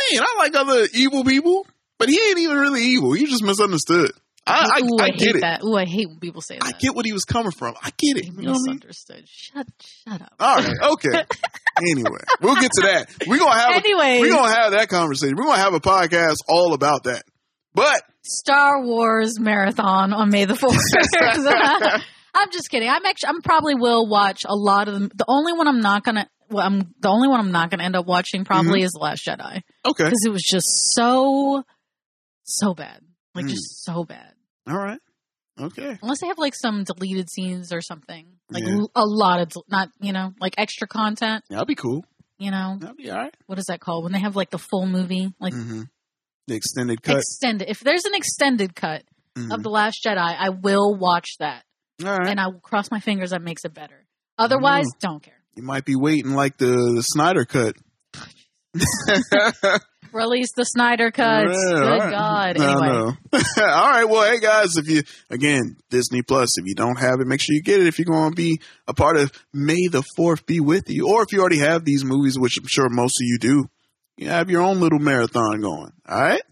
[SPEAKER 4] man. I like other evil people, but he ain't even really evil. You just misunderstood. I,
[SPEAKER 5] Ooh,
[SPEAKER 4] I, I
[SPEAKER 5] hate
[SPEAKER 4] get it.
[SPEAKER 5] that. Ooh, I hate when people say that.
[SPEAKER 4] I get what he was coming from. I get it.
[SPEAKER 5] They
[SPEAKER 4] You know what I mean?
[SPEAKER 5] misunderstood. Shut shut up.
[SPEAKER 4] All right.
[SPEAKER 5] [LAUGHS]
[SPEAKER 4] Okay. anyway, we'll get to that. We're gonna have a,
[SPEAKER 5] Anyway,
[SPEAKER 4] we're gonna have that conversation. We're gonna have a podcast all about that. But
[SPEAKER 5] Star Wars marathon on May
[SPEAKER 4] [LAUGHS]
[SPEAKER 5] the fourth. [LAUGHS] I'm just kidding. I'm actually, I'm probably will watch a lot of them. The only one I'm not gonna, well, I'm the only one I'm not gonna end up watching probably is The Last Jedi
[SPEAKER 4] Mm-hmm. okay,
[SPEAKER 5] because it was just so, so bad, like
[SPEAKER 4] Mm.
[SPEAKER 5] just so bad.
[SPEAKER 4] all right, okay.
[SPEAKER 5] Unless they have like some deleted scenes or something, like
[SPEAKER 4] Yeah.
[SPEAKER 5] l- a lot of del- not, you know, like extra content.
[SPEAKER 4] That'll be cool.
[SPEAKER 5] You know,
[SPEAKER 4] That'll be all right.
[SPEAKER 5] what is that called when they have like the full movie, like
[SPEAKER 4] Mm-hmm. The extended cut.
[SPEAKER 5] extended? If there's an extended cut
[SPEAKER 4] Mhm.
[SPEAKER 5] of The Last Jedi, I will watch that.
[SPEAKER 4] All right.
[SPEAKER 5] and I will cross my fingers that makes it better. Otherwise,
[SPEAKER 4] Mm.
[SPEAKER 5] don't care.
[SPEAKER 4] You might be waiting like the, the Snyder cut.
[SPEAKER 5] Release the Snyder cuts.
[SPEAKER 4] Yeah,
[SPEAKER 5] Good
[SPEAKER 4] all right.
[SPEAKER 5] God.
[SPEAKER 4] No,
[SPEAKER 5] anyway,
[SPEAKER 4] no. [LAUGHS] all right. Well, hey guys, if you again Disney Plus, if you don't have it, make sure you get it. If you're going to be a part of May the Fourth be with you, or if you already have these movies, which I'm sure most of you do, you have your own little marathon going. All right.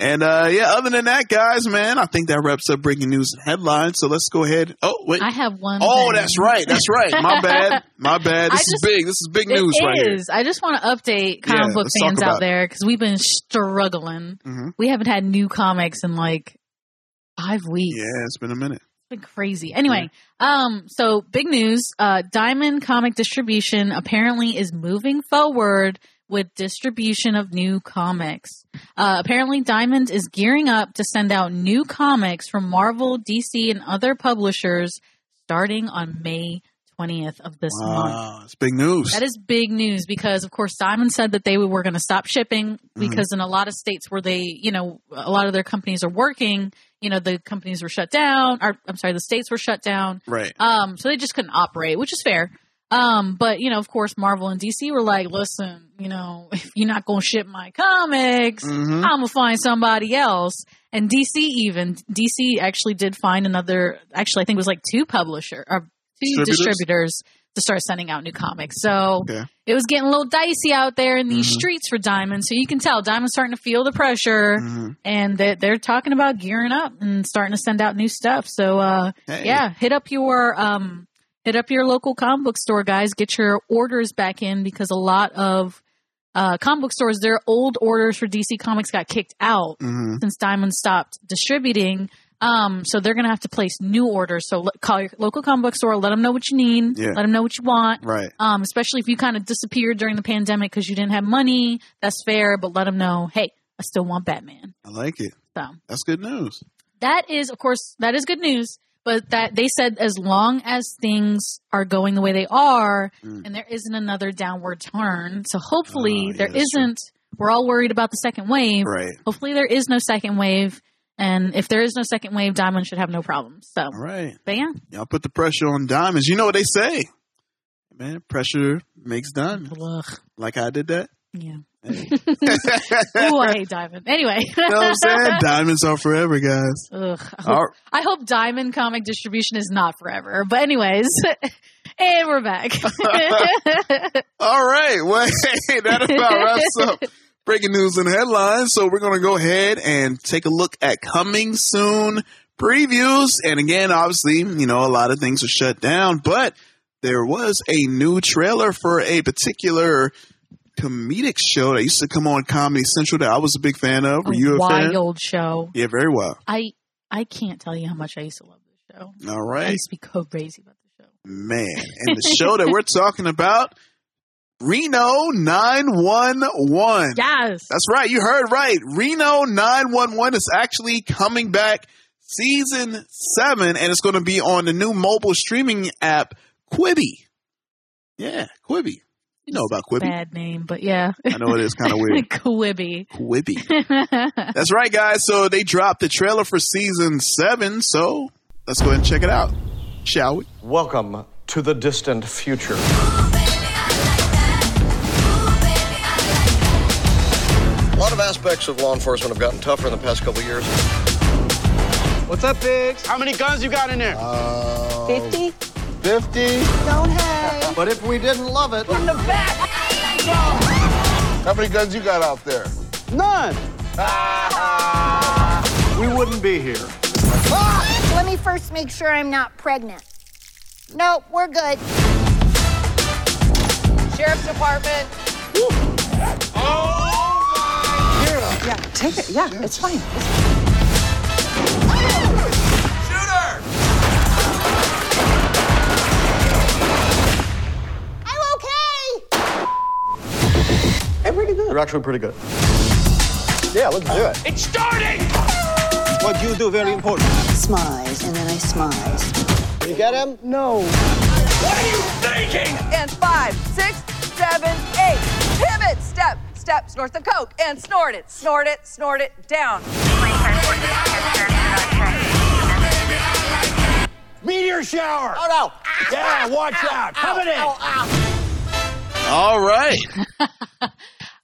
[SPEAKER 4] And uh yeah, other than that, guys, man, I think that wraps up breaking news and headlines. So let's go ahead. Oh wait.
[SPEAKER 5] I have one.
[SPEAKER 4] oh,
[SPEAKER 5] thing.
[SPEAKER 4] that's right. That's right. My
[SPEAKER 5] [LAUGHS]
[SPEAKER 4] bad. My bad.
[SPEAKER 5] I
[SPEAKER 4] This is
[SPEAKER 5] just-
[SPEAKER 4] big. This is big
[SPEAKER 5] It
[SPEAKER 4] news
[SPEAKER 5] is.
[SPEAKER 4] right here.
[SPEAKER 5] I just want to update
[SPEAKER 4] Yeah,
[SPEAKER 5] comic book
[SPEAKER 4] let's talk
[SPEAKER 5] fans
[SPEAKER 4] about
[SPEAKER 5] out
[SPEAKER 4] it.
[SPEAKER 5] there because we've been struggling.
[SPEAKER 4] Mhm.
[SPEAKER 5] We haven't had new comics in like five weeks.
[SPEAKER 4] Yeah, it's been a minute.
[SPEAKER 5] been crazy. Anyway, um, so big news. Uh, Diamond Comic Distribution apparently is moving forward with distribution of new comics. Uh, apparently, Diamond is gearing up to send out new comics from Marvel, DC, and other publishers starting on May 20th of this month.
[SPEAKER 4] Wow, Ah, it's big news.
[SPEAKER 5] That is big news because, of course, Diamond said that they were going to stop shipping because in a lot of states where they, you know, a lot of their companies are working, you know, the companies were shut down. Or, I'm sorry, the states were shut down.
[SPEAKER 4] right.
[SPEAKER 5] Um, so they just couldn't operate, which is fair. Um, but you know, of course, Marvel and DC were like, "Listen, you know, [LAUGHS] if you're not going to ship my comics,
[SPEAKER 4] Mhm.
[SPEAKER 5] I'm gonna find somebody else." And DC even DC actually did find another. Actually, I think it was like two publisher or two
[SPEAKER 4] Distributors?
[SPEAKER 5] distributors to start sending out new comics. So
[SPEAKER 4] Okay.
[SPEAKER 5] it was getting a little dicey out there in these
[SPEAKER 4] Mhm.
[SPEAKER 5] streets for Diamond. So you can tell Diamond's starting to feel the pressure,
[SPEAKER 4] Mhm.
[SPEAKER 5] and they're, they're talking about gearing up and starting to send out new stuff. So uh,
[SPEAKER 4] Hey.
[SPEAKER 5] yeah, hit up your um, hit up your local comic book store, guys. Get your orders back in because a lot of uh, comic book stores, their old orders for DC Comics got kicked out
[SPEAKER 4] Mhm.
[SPEAKER 5] since Diamond stopped distributing. Um, so they're gonna have to place new orders. So let, call your local comic book store, let them know what you need,
[SPEAKER 4] Yeah.
[SPEAKER 5] let them know what you want.
[SPEAKER 4] Right.
[SPEAKER 5] Um, especially if you kind of disappeared during the pandemic because you didn't have money, that's fair. But let them know, hey, I still want Batman.
[SPEAKER 4] I like it.
[SPEAKER 5] So
[SPEAKER 4] That's good news.
[SPEAKER 5] that is of course that is good news but that they said as long as things are going the way they are
[SPEAKER 4] Mm.
[SPEAKER 5] and there isn't another downward turn so hopefully
[SPEAKER 4] Ah, yeah,
[SPEAKER 5] there
[SPEAKER 4] that's true.
[SPEAKER 5] isn't we're all worried about the second wave
[SPEAKER 4] Right.
[SPEAKER 5] hopefully there is no second wave and if there is no second wave diamond should have no problems so
[SPEAKER 4] All right.
[SPEAKER 5] but yeah
[SPEAKER 4] Y'all put the pressure on diamonds. You know what they say. Man, pressure makes diamonds.
[SPEAKER 5] Ugh.
[SPEAKER 4] Like I did that.
[SPEAKER 5] yeah
[SPEAKER 4] Hey.
[SPEAKER 5] [LAUGHS] Ooh, i hate diamond
[SPEAKER 4] [LAUGHS]
[SPEAKER 5] anyway
[SPEAKER 4] You know what I'm saying? Diamonds are forever, guys.
[SPEAKER 5] Ugh. I hope
[SPEAKER 4] All
[SPEAKER 5] I hope Diamond comic distribution is not forever. But anyways, [LAUGHS] and
[SPEAKER 4] [LAUGHS]
[SPEAKER 5] we're back.
[SPEAKER 4] All right. [LAUGHS] Well, hey, that about wraps up breaking news and headlines. So we're going to go ahead and take a look at coming soon previews. And again, obviously, you know, a lot of things are shut down, but there was a new trailer for a particular comedic show that used to come on Comedy Central that I was a big fan of. Were you a fan?
[SPEAKER 5] wild show.
[SPEAKER 4] Yeah, very wild.
[SPEAKER 5] I I can't tell you how much I used to love this show.
[SPEAKER 4] All
[SPEAKER 5] I
[SPEAKER 4] right.
[SPEAKER 5] used to be co crazy about the show.
[SPEAKER 4] Man, and the show that we're talking about, Reno 911.
[SPEAKER 5] Yes.
[SPEAKER 4] That's right. You heard right. Reno 911 is actually coming back season seven, and it's going to be on the new mobile streaming app, Quibi. Yeah, Quibi. You know about Quibi.
[SPEAKER 5] Bad name, but yeah. [LAUGHS]
[SPEAKER 4] I know it is kind of weird.
[SPEAKER 5] Quibby. [LAUGHS]
[SPEAKER 4] Quibi. That's right, guys. So they dropped the trailer for season seven. So let's go ahead and check it out, shall we?
[SPEAKER 7] Welcome to the distant future.
[SPEAKER 8] A lot of aspects of law enforcement have gotten tougher in the past couple years.
[SPEAKER 9] What's up, Biggs?
[SPEAKER 10] How many guns you got in there?
[SPEAKER 11] 50?
[SPEAKER 8] 50?
[SPEAKER 11] Don't hang.
[SPEAKER 9] But if we didn't love it,
[SPEAKER 8] How many guns you got out there?
[SPEAKER 10] None.
[SPEAKER 9] we wouldn't be here.
[SPEAKER 11] Ah! Let me first make sure I'm not pregnant. Nope, we're good. Sheriff's Department.
[SPEAKER 10] Oh
[SPEAKER 11] Yeah, take it. Yeah, it's fine.
[SPEAKER 10] my! Shooter!
[SPEAKER 11] I'm okay.
[SPEAKER 7] They're actually pretty good.
[SPEAKER 8] Yeah, let's do it.
[SPEAKER 10] It's starting!
[SPEAKER 9] What you do very important.
[SPEAKER 11] Smize, and then I smize.
[SPEAKER 8] You get him? No.
[SPEAKER 10] What are you thinking?
[SPEAKER 12] And five, six, seven, eight. Pivot, step, steps north of Coke, and snort it, snort it, snort it down.
[SPEAKER 10] Meteor shower! Oh no! Yeah, watch out! Coming in!
[SPEAKER 4] All right.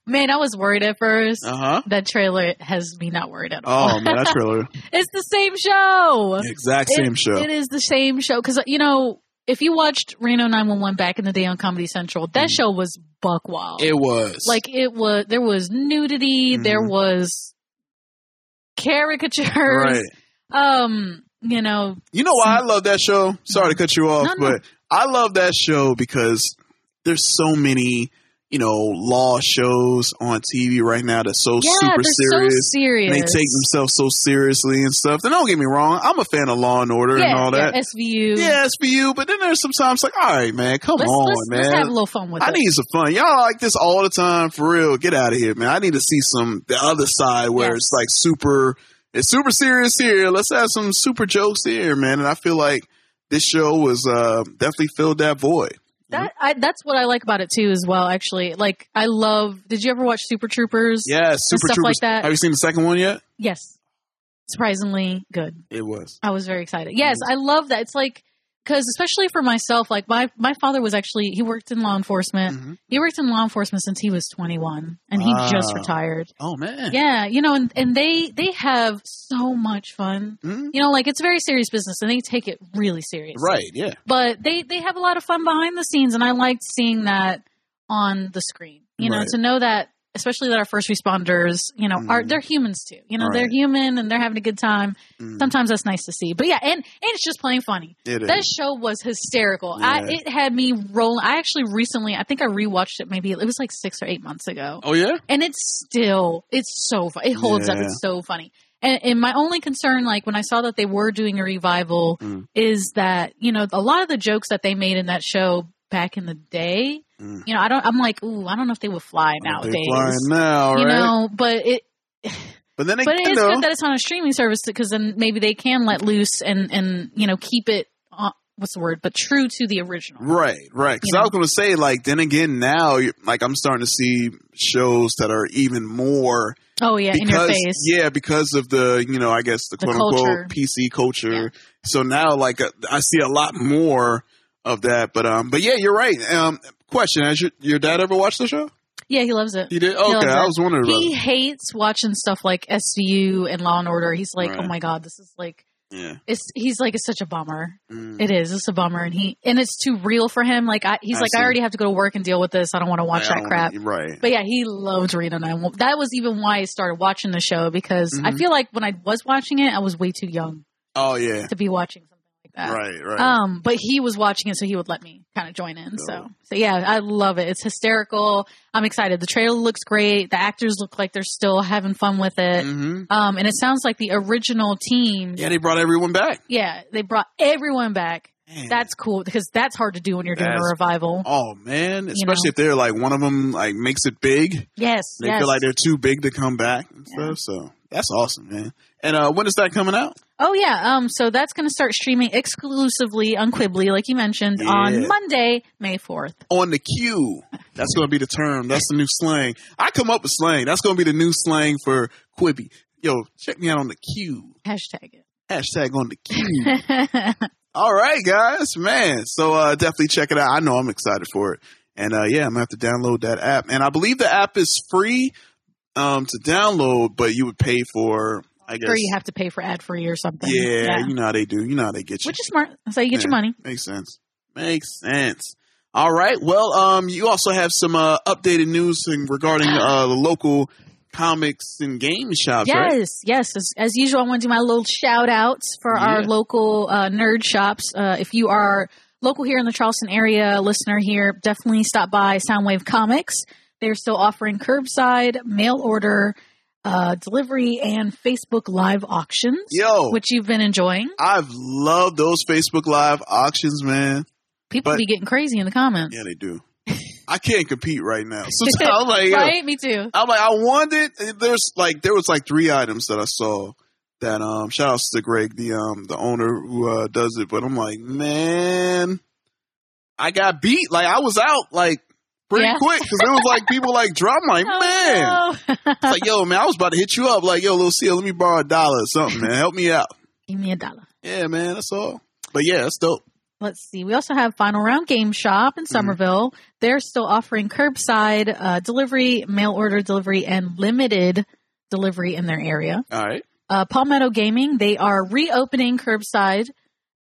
[SPEAKER 5] Man, I was worried at first.
[SPEAKER 4] Uh huh.
[SPEAKER 5] That trailer has me not worried at all.
[SPEAKER 4] Oh man, that
[SPEAKER 5] [LAUGHS]
[SPEAKER 4] trailer.
[SPEAKER 5] It's the same show.
[SPEAKER 4] Exact
[SPEAKER 5] It-
[SPEAKER 4] same show.
[SPEAKER 5] It is the same show because you know if you watched Reno 911 back in the day on Comedy Central, that show was buck wild.
[SPEAKER 4] Mm. It was
[SPEAKER 5] like it was there was nudity, there
[SPEAKER 4] Mhm.
[SPEAKER 5] was caricatures,
[SPEAKER 4] right.
[SPEAKER 5] um, you know,
[SPEAKER 4] You know why I love that show? Sorry to cut you off,
[SPEAKER 5] No, no.
[SPEAKER 4] but I love that show because there's so many you know, law shows on TV right now that's so
[SPEAKER 5] Yeah,
[SPEAKER 4] super
[SPEAKER 5] they're so
[SPEAKER 4] serious.
[SPEAKER 5] serious.
[SPEAKER 4] And they take themselves so seriously and stuff. And don't get me wrong, I'm a fan of Law and Order and all that.
[SPEAKER 5] SVU.
[SPEAKER 4] Yeah, SVU. But then there's sometimes like, all right, man, come
[SPEAKER 5] Let's-
[SPEAKER 4] on,
[SPEAKER 5] let's-
[SPEAKER 4] man.
[SPEAKER 5] let's have a little fun with
[SPEAKER 4] I
[SPEAKER 5] it.
[SPEAKER 4] need some fun. Y'all like this all the time for real. Get out of here, man. I need to see some the other side where it's like super. It's super serious here. Let's have some super jokes here, man. And I feel like this show was uh, definitely filled that void.
[SPEAKER 5] That I, that's what I like about it too, as well. Actually, like I love. Did you ever watch Super Troopers?
[SPEAKER 4] Yeah,
[SPEAKER 5] And
[SPEAKER 4] super
[SPEAKER 5] stuff
[SPEAKER 4] troopers.
[SPEAKER 5] like that.
[SPEAKER 4] Have you seen the second one yet?
[SPEAKER 5] yes, surprisingly good.
[SPEAKER 4] It was.
[SPEAKER 5] I was very
[SPEAKER 4] Mm-hmm.
[SPEAKER 5] excited. Yes, I love that. It's like because especially for myself, like my my father was actually he worked in law enforcement.
[SPEAKER 4] Mm-hmm.
[SPEAKER 5] He worked in law enforcement since he was twenty one, and he just
[SPEAKER 13] Wow.
[SPEAKER 5] retired.
[SPEAKER 4] Oh man.
[SPEAKER 5] Yeah, you know, and, and they they have so much fun.
[SPEAKER 13] Hmm?
[SPEAKER 5] You know, like it's very serious business, and they take it really serious.
[SPEAKER 4] Right. Yeah.
[SPEAKER 5] But they they have a lot of fun behind the scenes, and I liked seeing that on the screen. You know,
[SPEAKER 13] Right. Hmm.
[SPEAKER 5] to know that, especially that our first responders, you know, are they're humans too. You know, they're
[SPEAKER 13] Right. Hmm.
[SPEAKER 5] human and they're having a good time. Sometimes that's nice to see. But yeah, and and it's just plain funny.
[SPEAKER 13] It
[SPEAKER 5] that
[SPEAKER 13] is.
[SPEAKER 5] show was hysterical. I
[SPEAKER 13] Yeah.
[SPEAKER 5] it had me rolling. I actually recently, I think I rewatched it. Maybe it was like six or eight months ago.
[SPEAKER 4] Oh yeah.
[SPEAKER 5] And it's still, it's so fun. It holds up.
[SPEAKER 13] Yeah.
[SPEAKER 5] It's so funny. And, and my only concern, like when I saw that they were doing a revival,
[SPEAKER 13] Mm.
[SPEAKER 5] is that you know a lot of the jokes that they made in that show back in the day.
[SPEAKER 4] Mm.
[SPEAKER 5] You know, I don't. I'm like, ooh, I don't know if they would fly nowadays.
[SPEAKER 4] They flying now,
[SPEAKER 5] You
[SPEAKER 4] right?
[SPEAKER 5] know, but it.
[SPEAKER 4] But then
[SPEAKER 5] But
[SPEAKER 4] again,
[SPEAKER 5] it is
[SPEAKER 4] though,
[SPEAKER 5] good that it's on a streaming service because then maybe they can let loose and and you know keep it. On, what's the word? But true to the original.
[SPEAKER 4] Right, right. Because I was going to say, like, then again, now, you- like, I'm starting to see shows that are even more.
[SPEAKER 5] Oh yeah, in your
[SPEAKER 4] because-
[SPEAKER 5] face.
[SPEAKER 4] Yeah, because of the, you know, I guess the,
[SPEAKER 5] The
[SPEAKER 4] quote unquote
[SPEAKER 5] culture.
[SPEAKER 4] PC culture. So now, like, uh, I see a lot more of that. But, um, but yeah, you're right. Um, question: Has your, your dad ever watched the show?
[SPEAKER 5] Yeah, he loves it.
[SPEAKER 4] He did?
[SPEAKER 5] loves
[SPEAKER 4] Okay, I
[SPEAKER 5] it.
[SPEAKER 4] was wondering about
[SPEAKER 5] He
[SPEAKER 4] it.
[SPEAKER 5] hates watching stuff like SVU and Law and Order. He's like,
[SPEAKER 13] Right.
[SPEAKER 5] oh my god, this is like,
[SPEAKER 4] Yeah.
[SPEAKER 5] it's. He's like, it's such a bummer.
[SPEAKER 4] Mm.
[SPEAKER 5] It is. It's a bummer, and he and it's too real for him. Like, I, he's
[SPEAKER 4] I
[SPEAKER 5] like,
[SPEAKER 4] see.
[SPEAKER 5] I already have to go to work and deal with this. I don't want to watch
[SPEAKER 4] Like, I
[SPEAKER 5] that
[SPEAKER 4] don't-
[SPEAKER 5] crap.
[SPEAKER 4] Right.
[SPEAKER 5] But yeah, he loved Reno 911. That was even why I started watching the show because I
[SPEAKER 4] Mhm.
[SPEAKER 5] feel like when I was watching it, I was way too young
[SPEAKER 4] Oh, yeah.
[SPEAKER 5] to be watching something like that.
[SPEAKER 4] Right, right.
[SPEAKER 5] Um, but he was watching it, so he would let me kind of join in. So, so yeah, I love it. It's hysterical. I'm excited. The trailer looks great. The actors look like they're still having fun with it.
[SPEAKER 4] Mhm.
[SPEAKER 5] Um, and it sounds like the original team.
[SPEAKER 4] yeah, they brought everyone back.
[SPEAKER 5] Yeah, they brought everyone back. That's cool because that's hard to do when you're doing
[SPEAKER 4] That's-
[SPEAKER 5] a revival.
[SPEAKER 4] Oh, man.
[SPEAKER 5] You
[SPEAKER 4] Especially
[SPEAKER 5] know.
[SPEAKER 4] if they're, like, one of them, like, makes it big.
[SPEAKER 5] Yes,
[SPEAKER 4] They
[SPEAKER 5] yes.
[SPEAKER 4] feel like they're too big to come back and stuff. So that's awesome, man. And uh, when is that coming out?
[SPEAKER 5] Oh yeah, um, so that's going to start streaming exclusively on Quibbly, like you mentioned,
[SPEAKER 4] Yeah.
[SPEAKER 5] on Monday, May fourth.
[SPEAKER 4] On the queue. That's going to be the term. That's the new slang. I come up with slang. That's going to be the new slang for Quibi. Yo, check me out on the queue.
[SPEAKER 5] Hashtag it.
[SPEAKER 4] Hashtag on the
[SPEAKER 5] [LAUGHS]
[SPEAKER 4] queue. All right, guys, man. So uh, definitely check it out. I know I'm excited for it. And uh, yeah, I'm going to have to download that app. And I believe the app is free um, to download, but you would pay for, I guess.
[SPEAKER 5] Sure, you have to pay for ad free or something.
[SPEAKER 4] Yeah, you know how they do. You know how they get you.
[SPEAKER 5] which is smart. So you get your
[SPEAKER 4] Yeah,
[SPEAKER 5] money.
[SPEAKER 4] Makes sense. Makes sense. All right. Well, um, you also have some uh, updated news in- regarding uh, the local comics and game shops.
[SPEAKER 5] yes,
[SPEAKER 4] Right?
[SPEAKER 5] yes. As, as usual, I want to do my little shout outs for our
[SPEAKER 4] Yeah.
[SPEAKER 5] local uh, nerd shops. Uh, if you are local here in the Charleston area, listener here, definitely stop by Soundwave Comics. They're still offering curbside, mail order, uh, delivery, and Facebook live auctions,
[SPEAKER 4] Yo.
[SPEAKER 5] which you've been enjoying.
[SPEAKER 4] I've loved those Facebook Live auctions, man.
[SPEAKER 5] People
[SPEAKER 4] But-
[SPEAKER 5] be getting crazy in the comments.
[SPEAKER 4] Yeah, they
[SPEAKER 5] [LAUGHS]
[SPEAKER 4] do. I can't compete right now. So [LAUGHS] I'm like, yo,
[SPEAKER 5] right? Me too.
[SPEAKER 4] I'm like, I wanted. There's like there was like three items that I saw that um shout outs to Greg, the um the owner who uh, does it. But I'm like, man, I got beat. Like I was out like pretty
[SPEAKER 13] Yeah.
[SPEAKER 4] quick because it was like people like drop. I'm
[SPEAKER 5] Oh,
[SPEAKER 4] like, man, it's like yo, man, I was about to hit you up. Like yo, little seal, let me borrow a dollar or something, man. Help me out.
[SPEAKER 5] [LAUGHS] Give me a dollar.
[SPEAKER 4] Yeah, man, that's all. But yeah, that's dope.
[SPEAKER 5] Let's see. We also have Final Round Game Shop
[SPEAKER 4] Mm-hmm.
[SPEAKER 5] in Somerville. They're still offering curbside uh, delivery, mail order delivery, and limited delivery in their area.
[SPEAKER 4] All right.
[SPEAKER 5] Uh, Palmetto Gaming, they are reopening curbside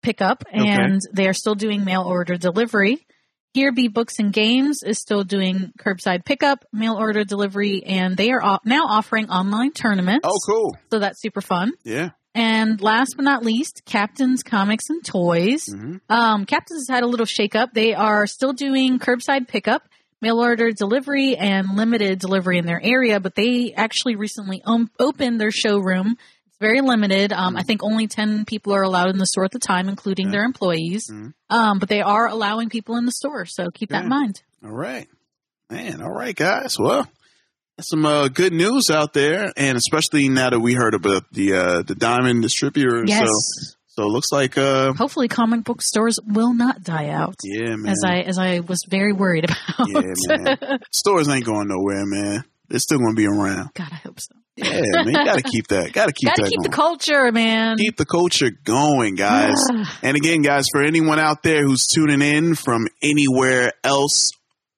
[SPEAKER 5] pickup
[SPEAKER 13] Okay.
[SPEAKER 5] and they are still doing mail order delivery. Here Be Books and Games is still doing curbside pickup, mail order delivery, and they are o- now offering online tournaments.
[SPEAKER 4] Oh, cool.
[SPEAKER 5] So that's super fun.
[SPEAKER 4] Yeah.
[SPEAKER 5] And last but not least, Captain's Comics
[SPEAKER 4] Mm-hmm.
[SPEAKER 5] and Toys. Um, Captain's has had a little shakeup. They are still doing curbside pickup, mail order delivery and limited delivery in their area, but they actually recently um, opened their showroom. It's very limited.
[SPEAKER 4] Mm-hmm.
[SPEAKER 5] Um, I think only 10 people are allowed in the store at the time, including their employees.
[SPEAKER 4] Mm-hmm.
[SPEAKER 5] Um, but they are allowing people in the store, so keep that in mind.
[SPEAKER 4] All right. Man, all right, guys. Well, that's some uh, good news out there, and especially now that we heard about the uh, the diamond distributor.
[SPEAKER 5] Yes.
[SPEAKER 4] So, so it looks like uh,
[SPEAKER 5] Hopefully, comic book stores will not die out.
[SPEAKER 4] yeah, man.
[SPEAKER 5] As I as I was very worried [LAUGHS] about.
[SPEAKER 4] Yeah, man.
[SPEAKER 5] [LAUGHS]
[SPEAKER 4] Stores ain't going nowhere, man. They're still going to be around.
[SPEAKER 5] God, I hope so.
[SPEAKER 4] Yeah, man. You got to keep that. Got to keep
[SPEAKER 5] Gotta
[SPEAKER 4] that
[SPEAKER 5] keep
[SPEAKER 4] going.
[SPEAKER 5] the culture, man.
[SPEAKER 4] keep the culture going, guys.
[SPEAKER 5] Yeah.
[SPEAKER 4] and again, guys, for anyone out there who's tuning in from anywhere else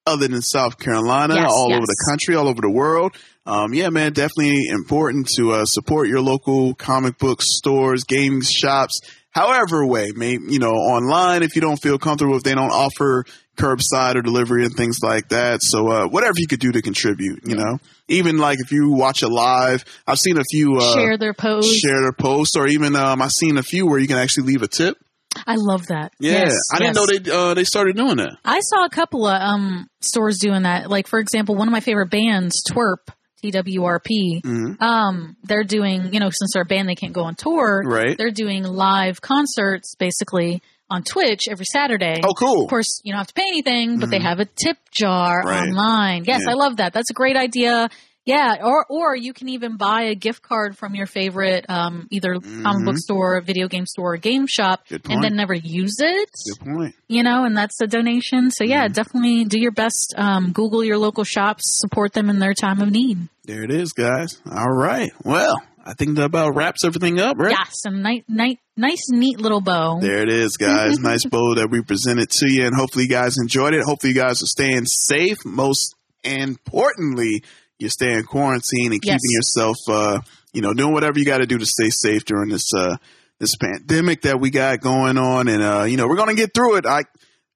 [SPEAKER 4] other than South Carolina,
[SPEAKER 13] Yes,
[SPEAKER 4] all
[SPEAKER 13] yes.
[SPEAKER 4] over the country, all over the world, um, yeah, man, definitely important to uh, support your local comic book stores, game shops, however way, may you know, online if you don't feel comfortable, if they don't offer curbside or delivery and things like that. So uh, whatever you could do to contribute, you know. Even like if you watch it live, I've seen a few uh,
[SPEAKER 5] Share their post.
[SPEAKER 4] share their post, or even um, I've seen a few where you can actually leave a tip.
[SPEAKER 5] I love that.
[SPEAKER 4] Yeah,
[SPEAKER 5] Yes,
[SPEAKER 4] I didn't
[SPEAKER 5] yes.
[SPEAKER 4] know they uh, they started doing that.
[SPEAKER 5] I saw a couple of um, stores doing that. Like for example, one of my favorite bands, Twerp, T W R P.
[SPEAKER 4] Mhm.
[SPEAKER 5] Um, they're doing you know since they're a band they can't go on tour.
[SPEAKER 4] Right.
[SPEAKER 5] They're doing live concerts basically on Twitch every Saturday.
[SPEAKER 4] Oh, cool.
[SPEAKER 5] Of course, you don't have to pay anything, but they have a tip jar
[SPEAKER 4] Mm-hmm. Right.
[SPEAKER 5] online. Yes,
[SPEAKER 4] Yeah.
[SPEAKER 5] I love that. That's a great idea. Yeah, or or you can even buy a gift card from your favorite um, either comic book
[SPEAKER 4] Mhm.
[SPEAKER 5] store, video game store, or game shop,
[SPEAKER 4] Good
[SPEAKER 5] and
[SPEAKER 4] point.
[SPEAKER 5] then never use it
[SPEAKER 4] Good point.
[SPEAKER 5] you know, and that's the donation. So
[SPEAKER 4] Mm-hmm.
[SPEAKER 5] yeah, definitely do your best. Um, Google your local shops, support them in their time of need.
[SPEAKER 4] There it is, guys. All right. Well, I think that about wraps everything up, right?
[SPEAKER 5] Yeah, some nice, nice, nice, neat little bow.
[SPEAKER 4] There it is, guys. nice bowl that we presented to you, and hopefully, you guys enjoyed it. Hopefully, you guys are staying safe. Most importantly, you're staying quarantined and
[SPEAKER 5] Yes.
[SPEAKER 4] keeping yourself, uh, you know, doing whatever you got to do to stay safe during this uh, this pandemic that we got going on. And uh, you know, we're gonna get through it. I,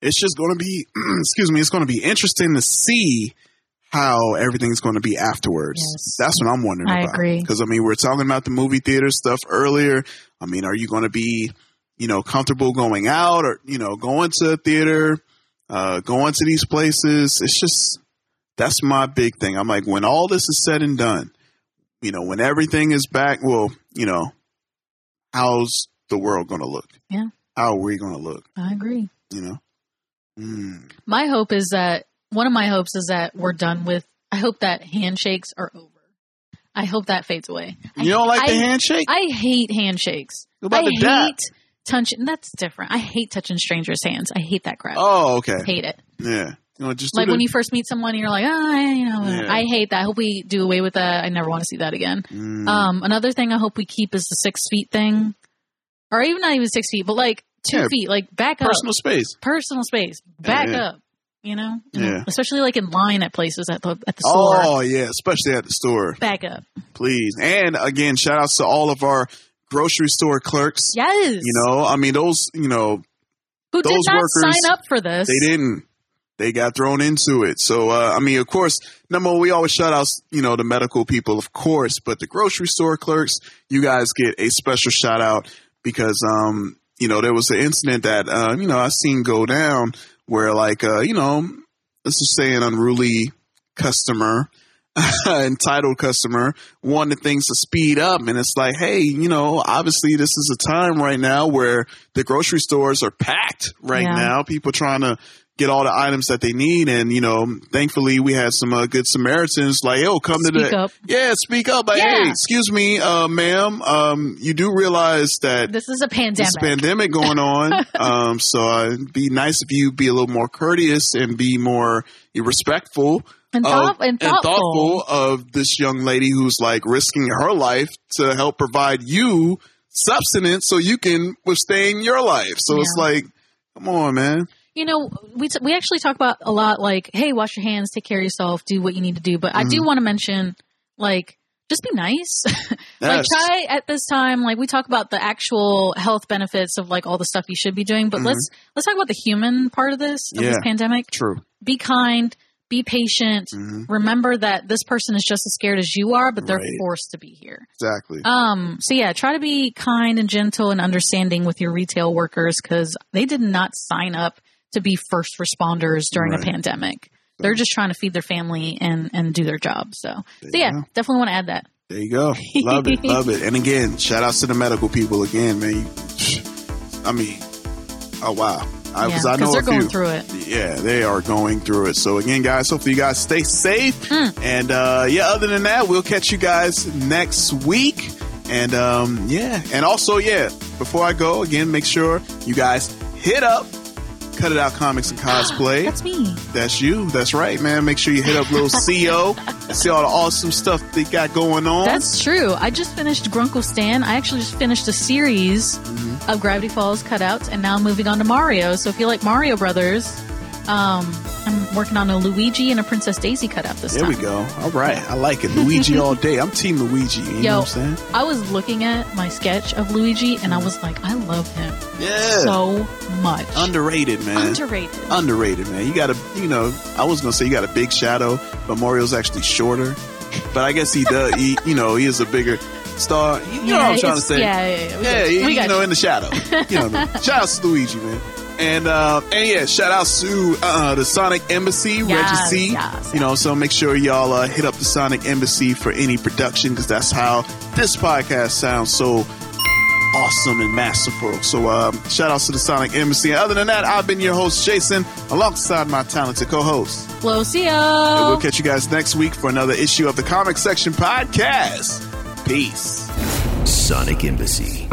[SPEAKER 4] it's just gonna be, [CLEARS THROAT] excuse me, it's gonna be interesting to see how everything's going to be afterwards. That's what I'm wondering
[SPEAKER 5] I
[SPEAKER 4] about.
[SPEAKER 5] agree.
[SPEAKER 4] Because I mean, we we're talking about the movie theater stuff earlier. I mean, are you going to be, you know, comfortable going out or you know, going to a theater, uh, going to these places? It's just that's my big thing. I'm like, when all this is said and done, you know, when everything is back, well, you know, how's the world going to look?
[SPEAKER 5] Yeah.
[SPEAKER 4] How are we going to look?
[SPEAKER 5] I agree.
[SPEAKER 4] You know. Mm.
[SPEAKER 5] My hope is that one of my hopes is that we're done with. I hope that handshakes are over. I hope that fades away. I-
[SPEAKER 4] You don't like the
[SPEAKER 5] I-
[SPEAKER 4] handshake?
[SPEAKER 5] I hate handshakes.
[SPEAKER 4] What about
[SPEAKER 5] I
[SPEAKER 4] the dap?
[SPEAKER 5] hate touching. That's different. I hate touching strangers' hands. I hate that crap.
[SPEAKER 4] Oh, okay.
[SPEAKER 5] Hate it.
[SPEAKER 4] Yeah. You know, just do
[SPEAKER 5] like when
[SPEAKER 4] the-
[SPEAKER 5] you first meet someone, you're like, oh, I, you know,
[SPEAKER 4] Yeah.
[SPEAKER 5] I hate that. I hope we do away with that. I never want to see that again.
[SPEAKER 4] Mm.
[SPEAKER 5] Um, another thing I hope we keep is the six feet thing, or even not even six feet, but like two
[SPEAKER 4] Yeah.
[SPEAKER 5] feet, like back up,
[SPEAKER 4] personal space.
[SPEAKER 5] personal space, back
[SPEAKER 4] Yeah.
[SPEAKER 5] up. You know, Uh-huh.
[SPEAKER 4] Yeah.
[SPEAKER 5] especially like in line at places at the at the store,
[SPEAKER 4] Oh yeah, especially at the store.
[SPEAKER 5] back up.
[SPEAKER 4] Please. And again, shout outs to all of our grocery store clerks.
[SPEAKER 5] Yes,
[SPEAKER 4] You know, I mean those, you know,
[SPEAKER 5] who did
[SPEAKER 4] those
[SPEAKER 5] not
[SPEAKER 4] workers,
[SPEAKER 5] sign up for this?
[SPEAKER 4] they didn't. They got thrown into it. So uh, I mean, of course, number one, we always shout out, you know, the medical people, of course, but the grocery store clerks, you guys get a special shout out because um, you know, there was an incident that uh, you know, I seen go down where like uh, you know, let's just say an unruly customer, [LAUGHS] entitled customer, wanted things to speed up. And it's like, hey, you know, obviously this is a time right now where the grocery stores are packed right
[SPEAKER 13] Yeah.
[SPEAKER 4] now. People trying to get all the items that they need. And, you know, thankfully we had some uh, good Samaritans like, oh, come to
[SPEAKER 5] Speak
[SPEAKER 4] the.
[SPEAKER 5] up.
[SPEAKER 4] Yeah, speak up. Like,
[SPEAKER 5] Yeah.
[SPEAKER 4] hey, excuse me, uh, ma'am. Um, you do realize that
[SPEAKER 5] This is a pandemic.
[SPEAKER 4] this pandemic going
[SPEAKER 5] [LAUGHS]
[SPEAKER 4] on. um, so uh, it'd be nice if you be a little more courteous and be more respectful
[SPEAKER 5] And
[SPEAKER 4] of-
[SPEAKER 5] thought- and thoughtful.
[SPEAKER 4] Oh, Um, thoughtful of this young lady who's like risking her life to help provide you substance so you can withstand your life. So it's
[SPEAKER 5] Yeah.
[SPEAKER 4] like, come on, man.
[SPEAKER 5] you know, we, t- we actually talk about a lot like, hey, wash your hands, take care of yourself, do what you need to do. But I do
[SPEAKER 4] Mhm.
[SPEAKER 5] want to mention, like, just be nice. [LAUGHS] like,
[SPEAKER 4] Yes.
[SPEAKER 5] try at this time, like, we talk about the actual health benefits of like all the stuff you should be doing. But
[SPEAKER 4] Mhm.
[SPEAKER 5] let's let's talk about the human part of this of this
[SPEAKER 4] Yeah.
[SPEAKER 5] pandemic.
[SPEAKER 4] True.
[SPEAKER 5] Be kind, be patient. Remember that this person is just as scared as you are, but they're
[SPEAKER 4] Mm-hmm. Right.
[SPEAKER 5] forced to be here.
[SPEAKER 4] Exactly.
[SPEAKER 5] Um, so yeah, try to be kind and gentle and understanding with your retail workers because they did not sign up to be first responders during
[SPEAKER 4] Right.
[SPEAKER 5] a pandemic. they're just trying to feed their family and and do their job. So, so yeah, definitely want to add that.
[SPEAKER 4] There you go. Love it. Love
[SPEAKER 5] [LAUGHS]
[SPEAKER 4] it. And again, shout outs to the medical people again, man. You- I mean, oh wow. I
[SPEAKER 5] Yeah,
[SPEAKER 4] was I
[SPEAKER 5] 'cause
[SPEAKER 4] know
[SPEAKER 5] they're
[SPEAKER 4] a
[SPEAKER 5] going
[SPEAKER 4] few.
[SPEAKER 5] through it.
[SPEAKER 4] Yeah, they are going through it. So again, guys, hopefully you guys stay safe.
[SPEAKER 5] Hmm.
[SPEAKER 4] And uh, yeah, other than that, we'll catch you guys next week. And um, yeah, and also yeah, before I go again, make sure you guys hit up Cut It Out Comics and Cosplay.
[SPEAKER 5] [GASPS] That's me.
[SPEAKER 4] That's you. That's right, man. Make sure you hit
[SPEAKER 5] [LAUGHS]
[SPEAKER 4] up little CO. See all the awesome stuff they got going on.
[SPEAKER 5] That's true. I just finished Grunkle Stan. I actually just finished a series
[SPEAKER 4] Mm-hmm.
[SPEAKER 5] of Gravity Falls cutouts, and now I'm moving on to Mario. So if you like Mario Brothers, um, I'm working on a Luigi and a Princess Daisy cutout this
[SPEAKER 4] there
[SPEAKER 5] time.
[SPEAKER 4] we go. All right, I like it. Luigi all day. I'm Team Luigi. You know
[SPEAKER 5] Yo,
[SPEAKER 4] what I'm saying?
[SPEAKER 5] I was looking at my sketch of Luigi, and I was like, I love him
[SPEAKER 4] Yeah.
[SPEAKER 5] so much.
[SPEAKER 4] Underrated, man.
[SPEAKER 5] Underrated.
[SPEAKER 4] Underrated, man. You got a, you know, I was gonna say you got a big shadow, but Mario's actually shorter. But I guess he does. he, you know, he is a bigger star. You know what
[SPEAKER 5] Yeah,
[SPEAKER 4] I'm trying to
[SPEAKER 5] it's-
[SPEAKER 4] say?
[SPEAKER 5] yeah,
[SPEAKER 4] yeah.
[SPEAKER 5] yeah, yeah, we got you.
[SPEAKER 4] you,
[SPEAKER 5] We got
[SPEAKER 4] know,
[SPEAKER 5] you.
[SPEAKER 4] in the shadow. You know, what I
[SPEAKER 5] [LAUGHS]
[SPEAKER 4] mean? shout out to Luigi, man. And uh, and yeah, shout out to uh, the Sonic Embassy,
[SPEAKER 5] Yes,
[SPEAKER 4] Reggie C.
[SPEAKER 5] yes,
[SPEAKER 4] you know, so make sure y'all uh, hit up the Sonic Embassy for any production because that's how this podcast sounds so awesome and masterful. So, um, shout outs to the Sonic Embassy. And other than that, I've been your host, Jason, alongside my talented co host.
[SPEAKER 5] Lo
[SPEAKER 4] And
[SPEAKER 5] Cio.
[SPEAKER 4] we'll catch you guys next week for another issue of the Comic Section Podcast. Peace.
[SPEAKER 13] Sonic Embassy.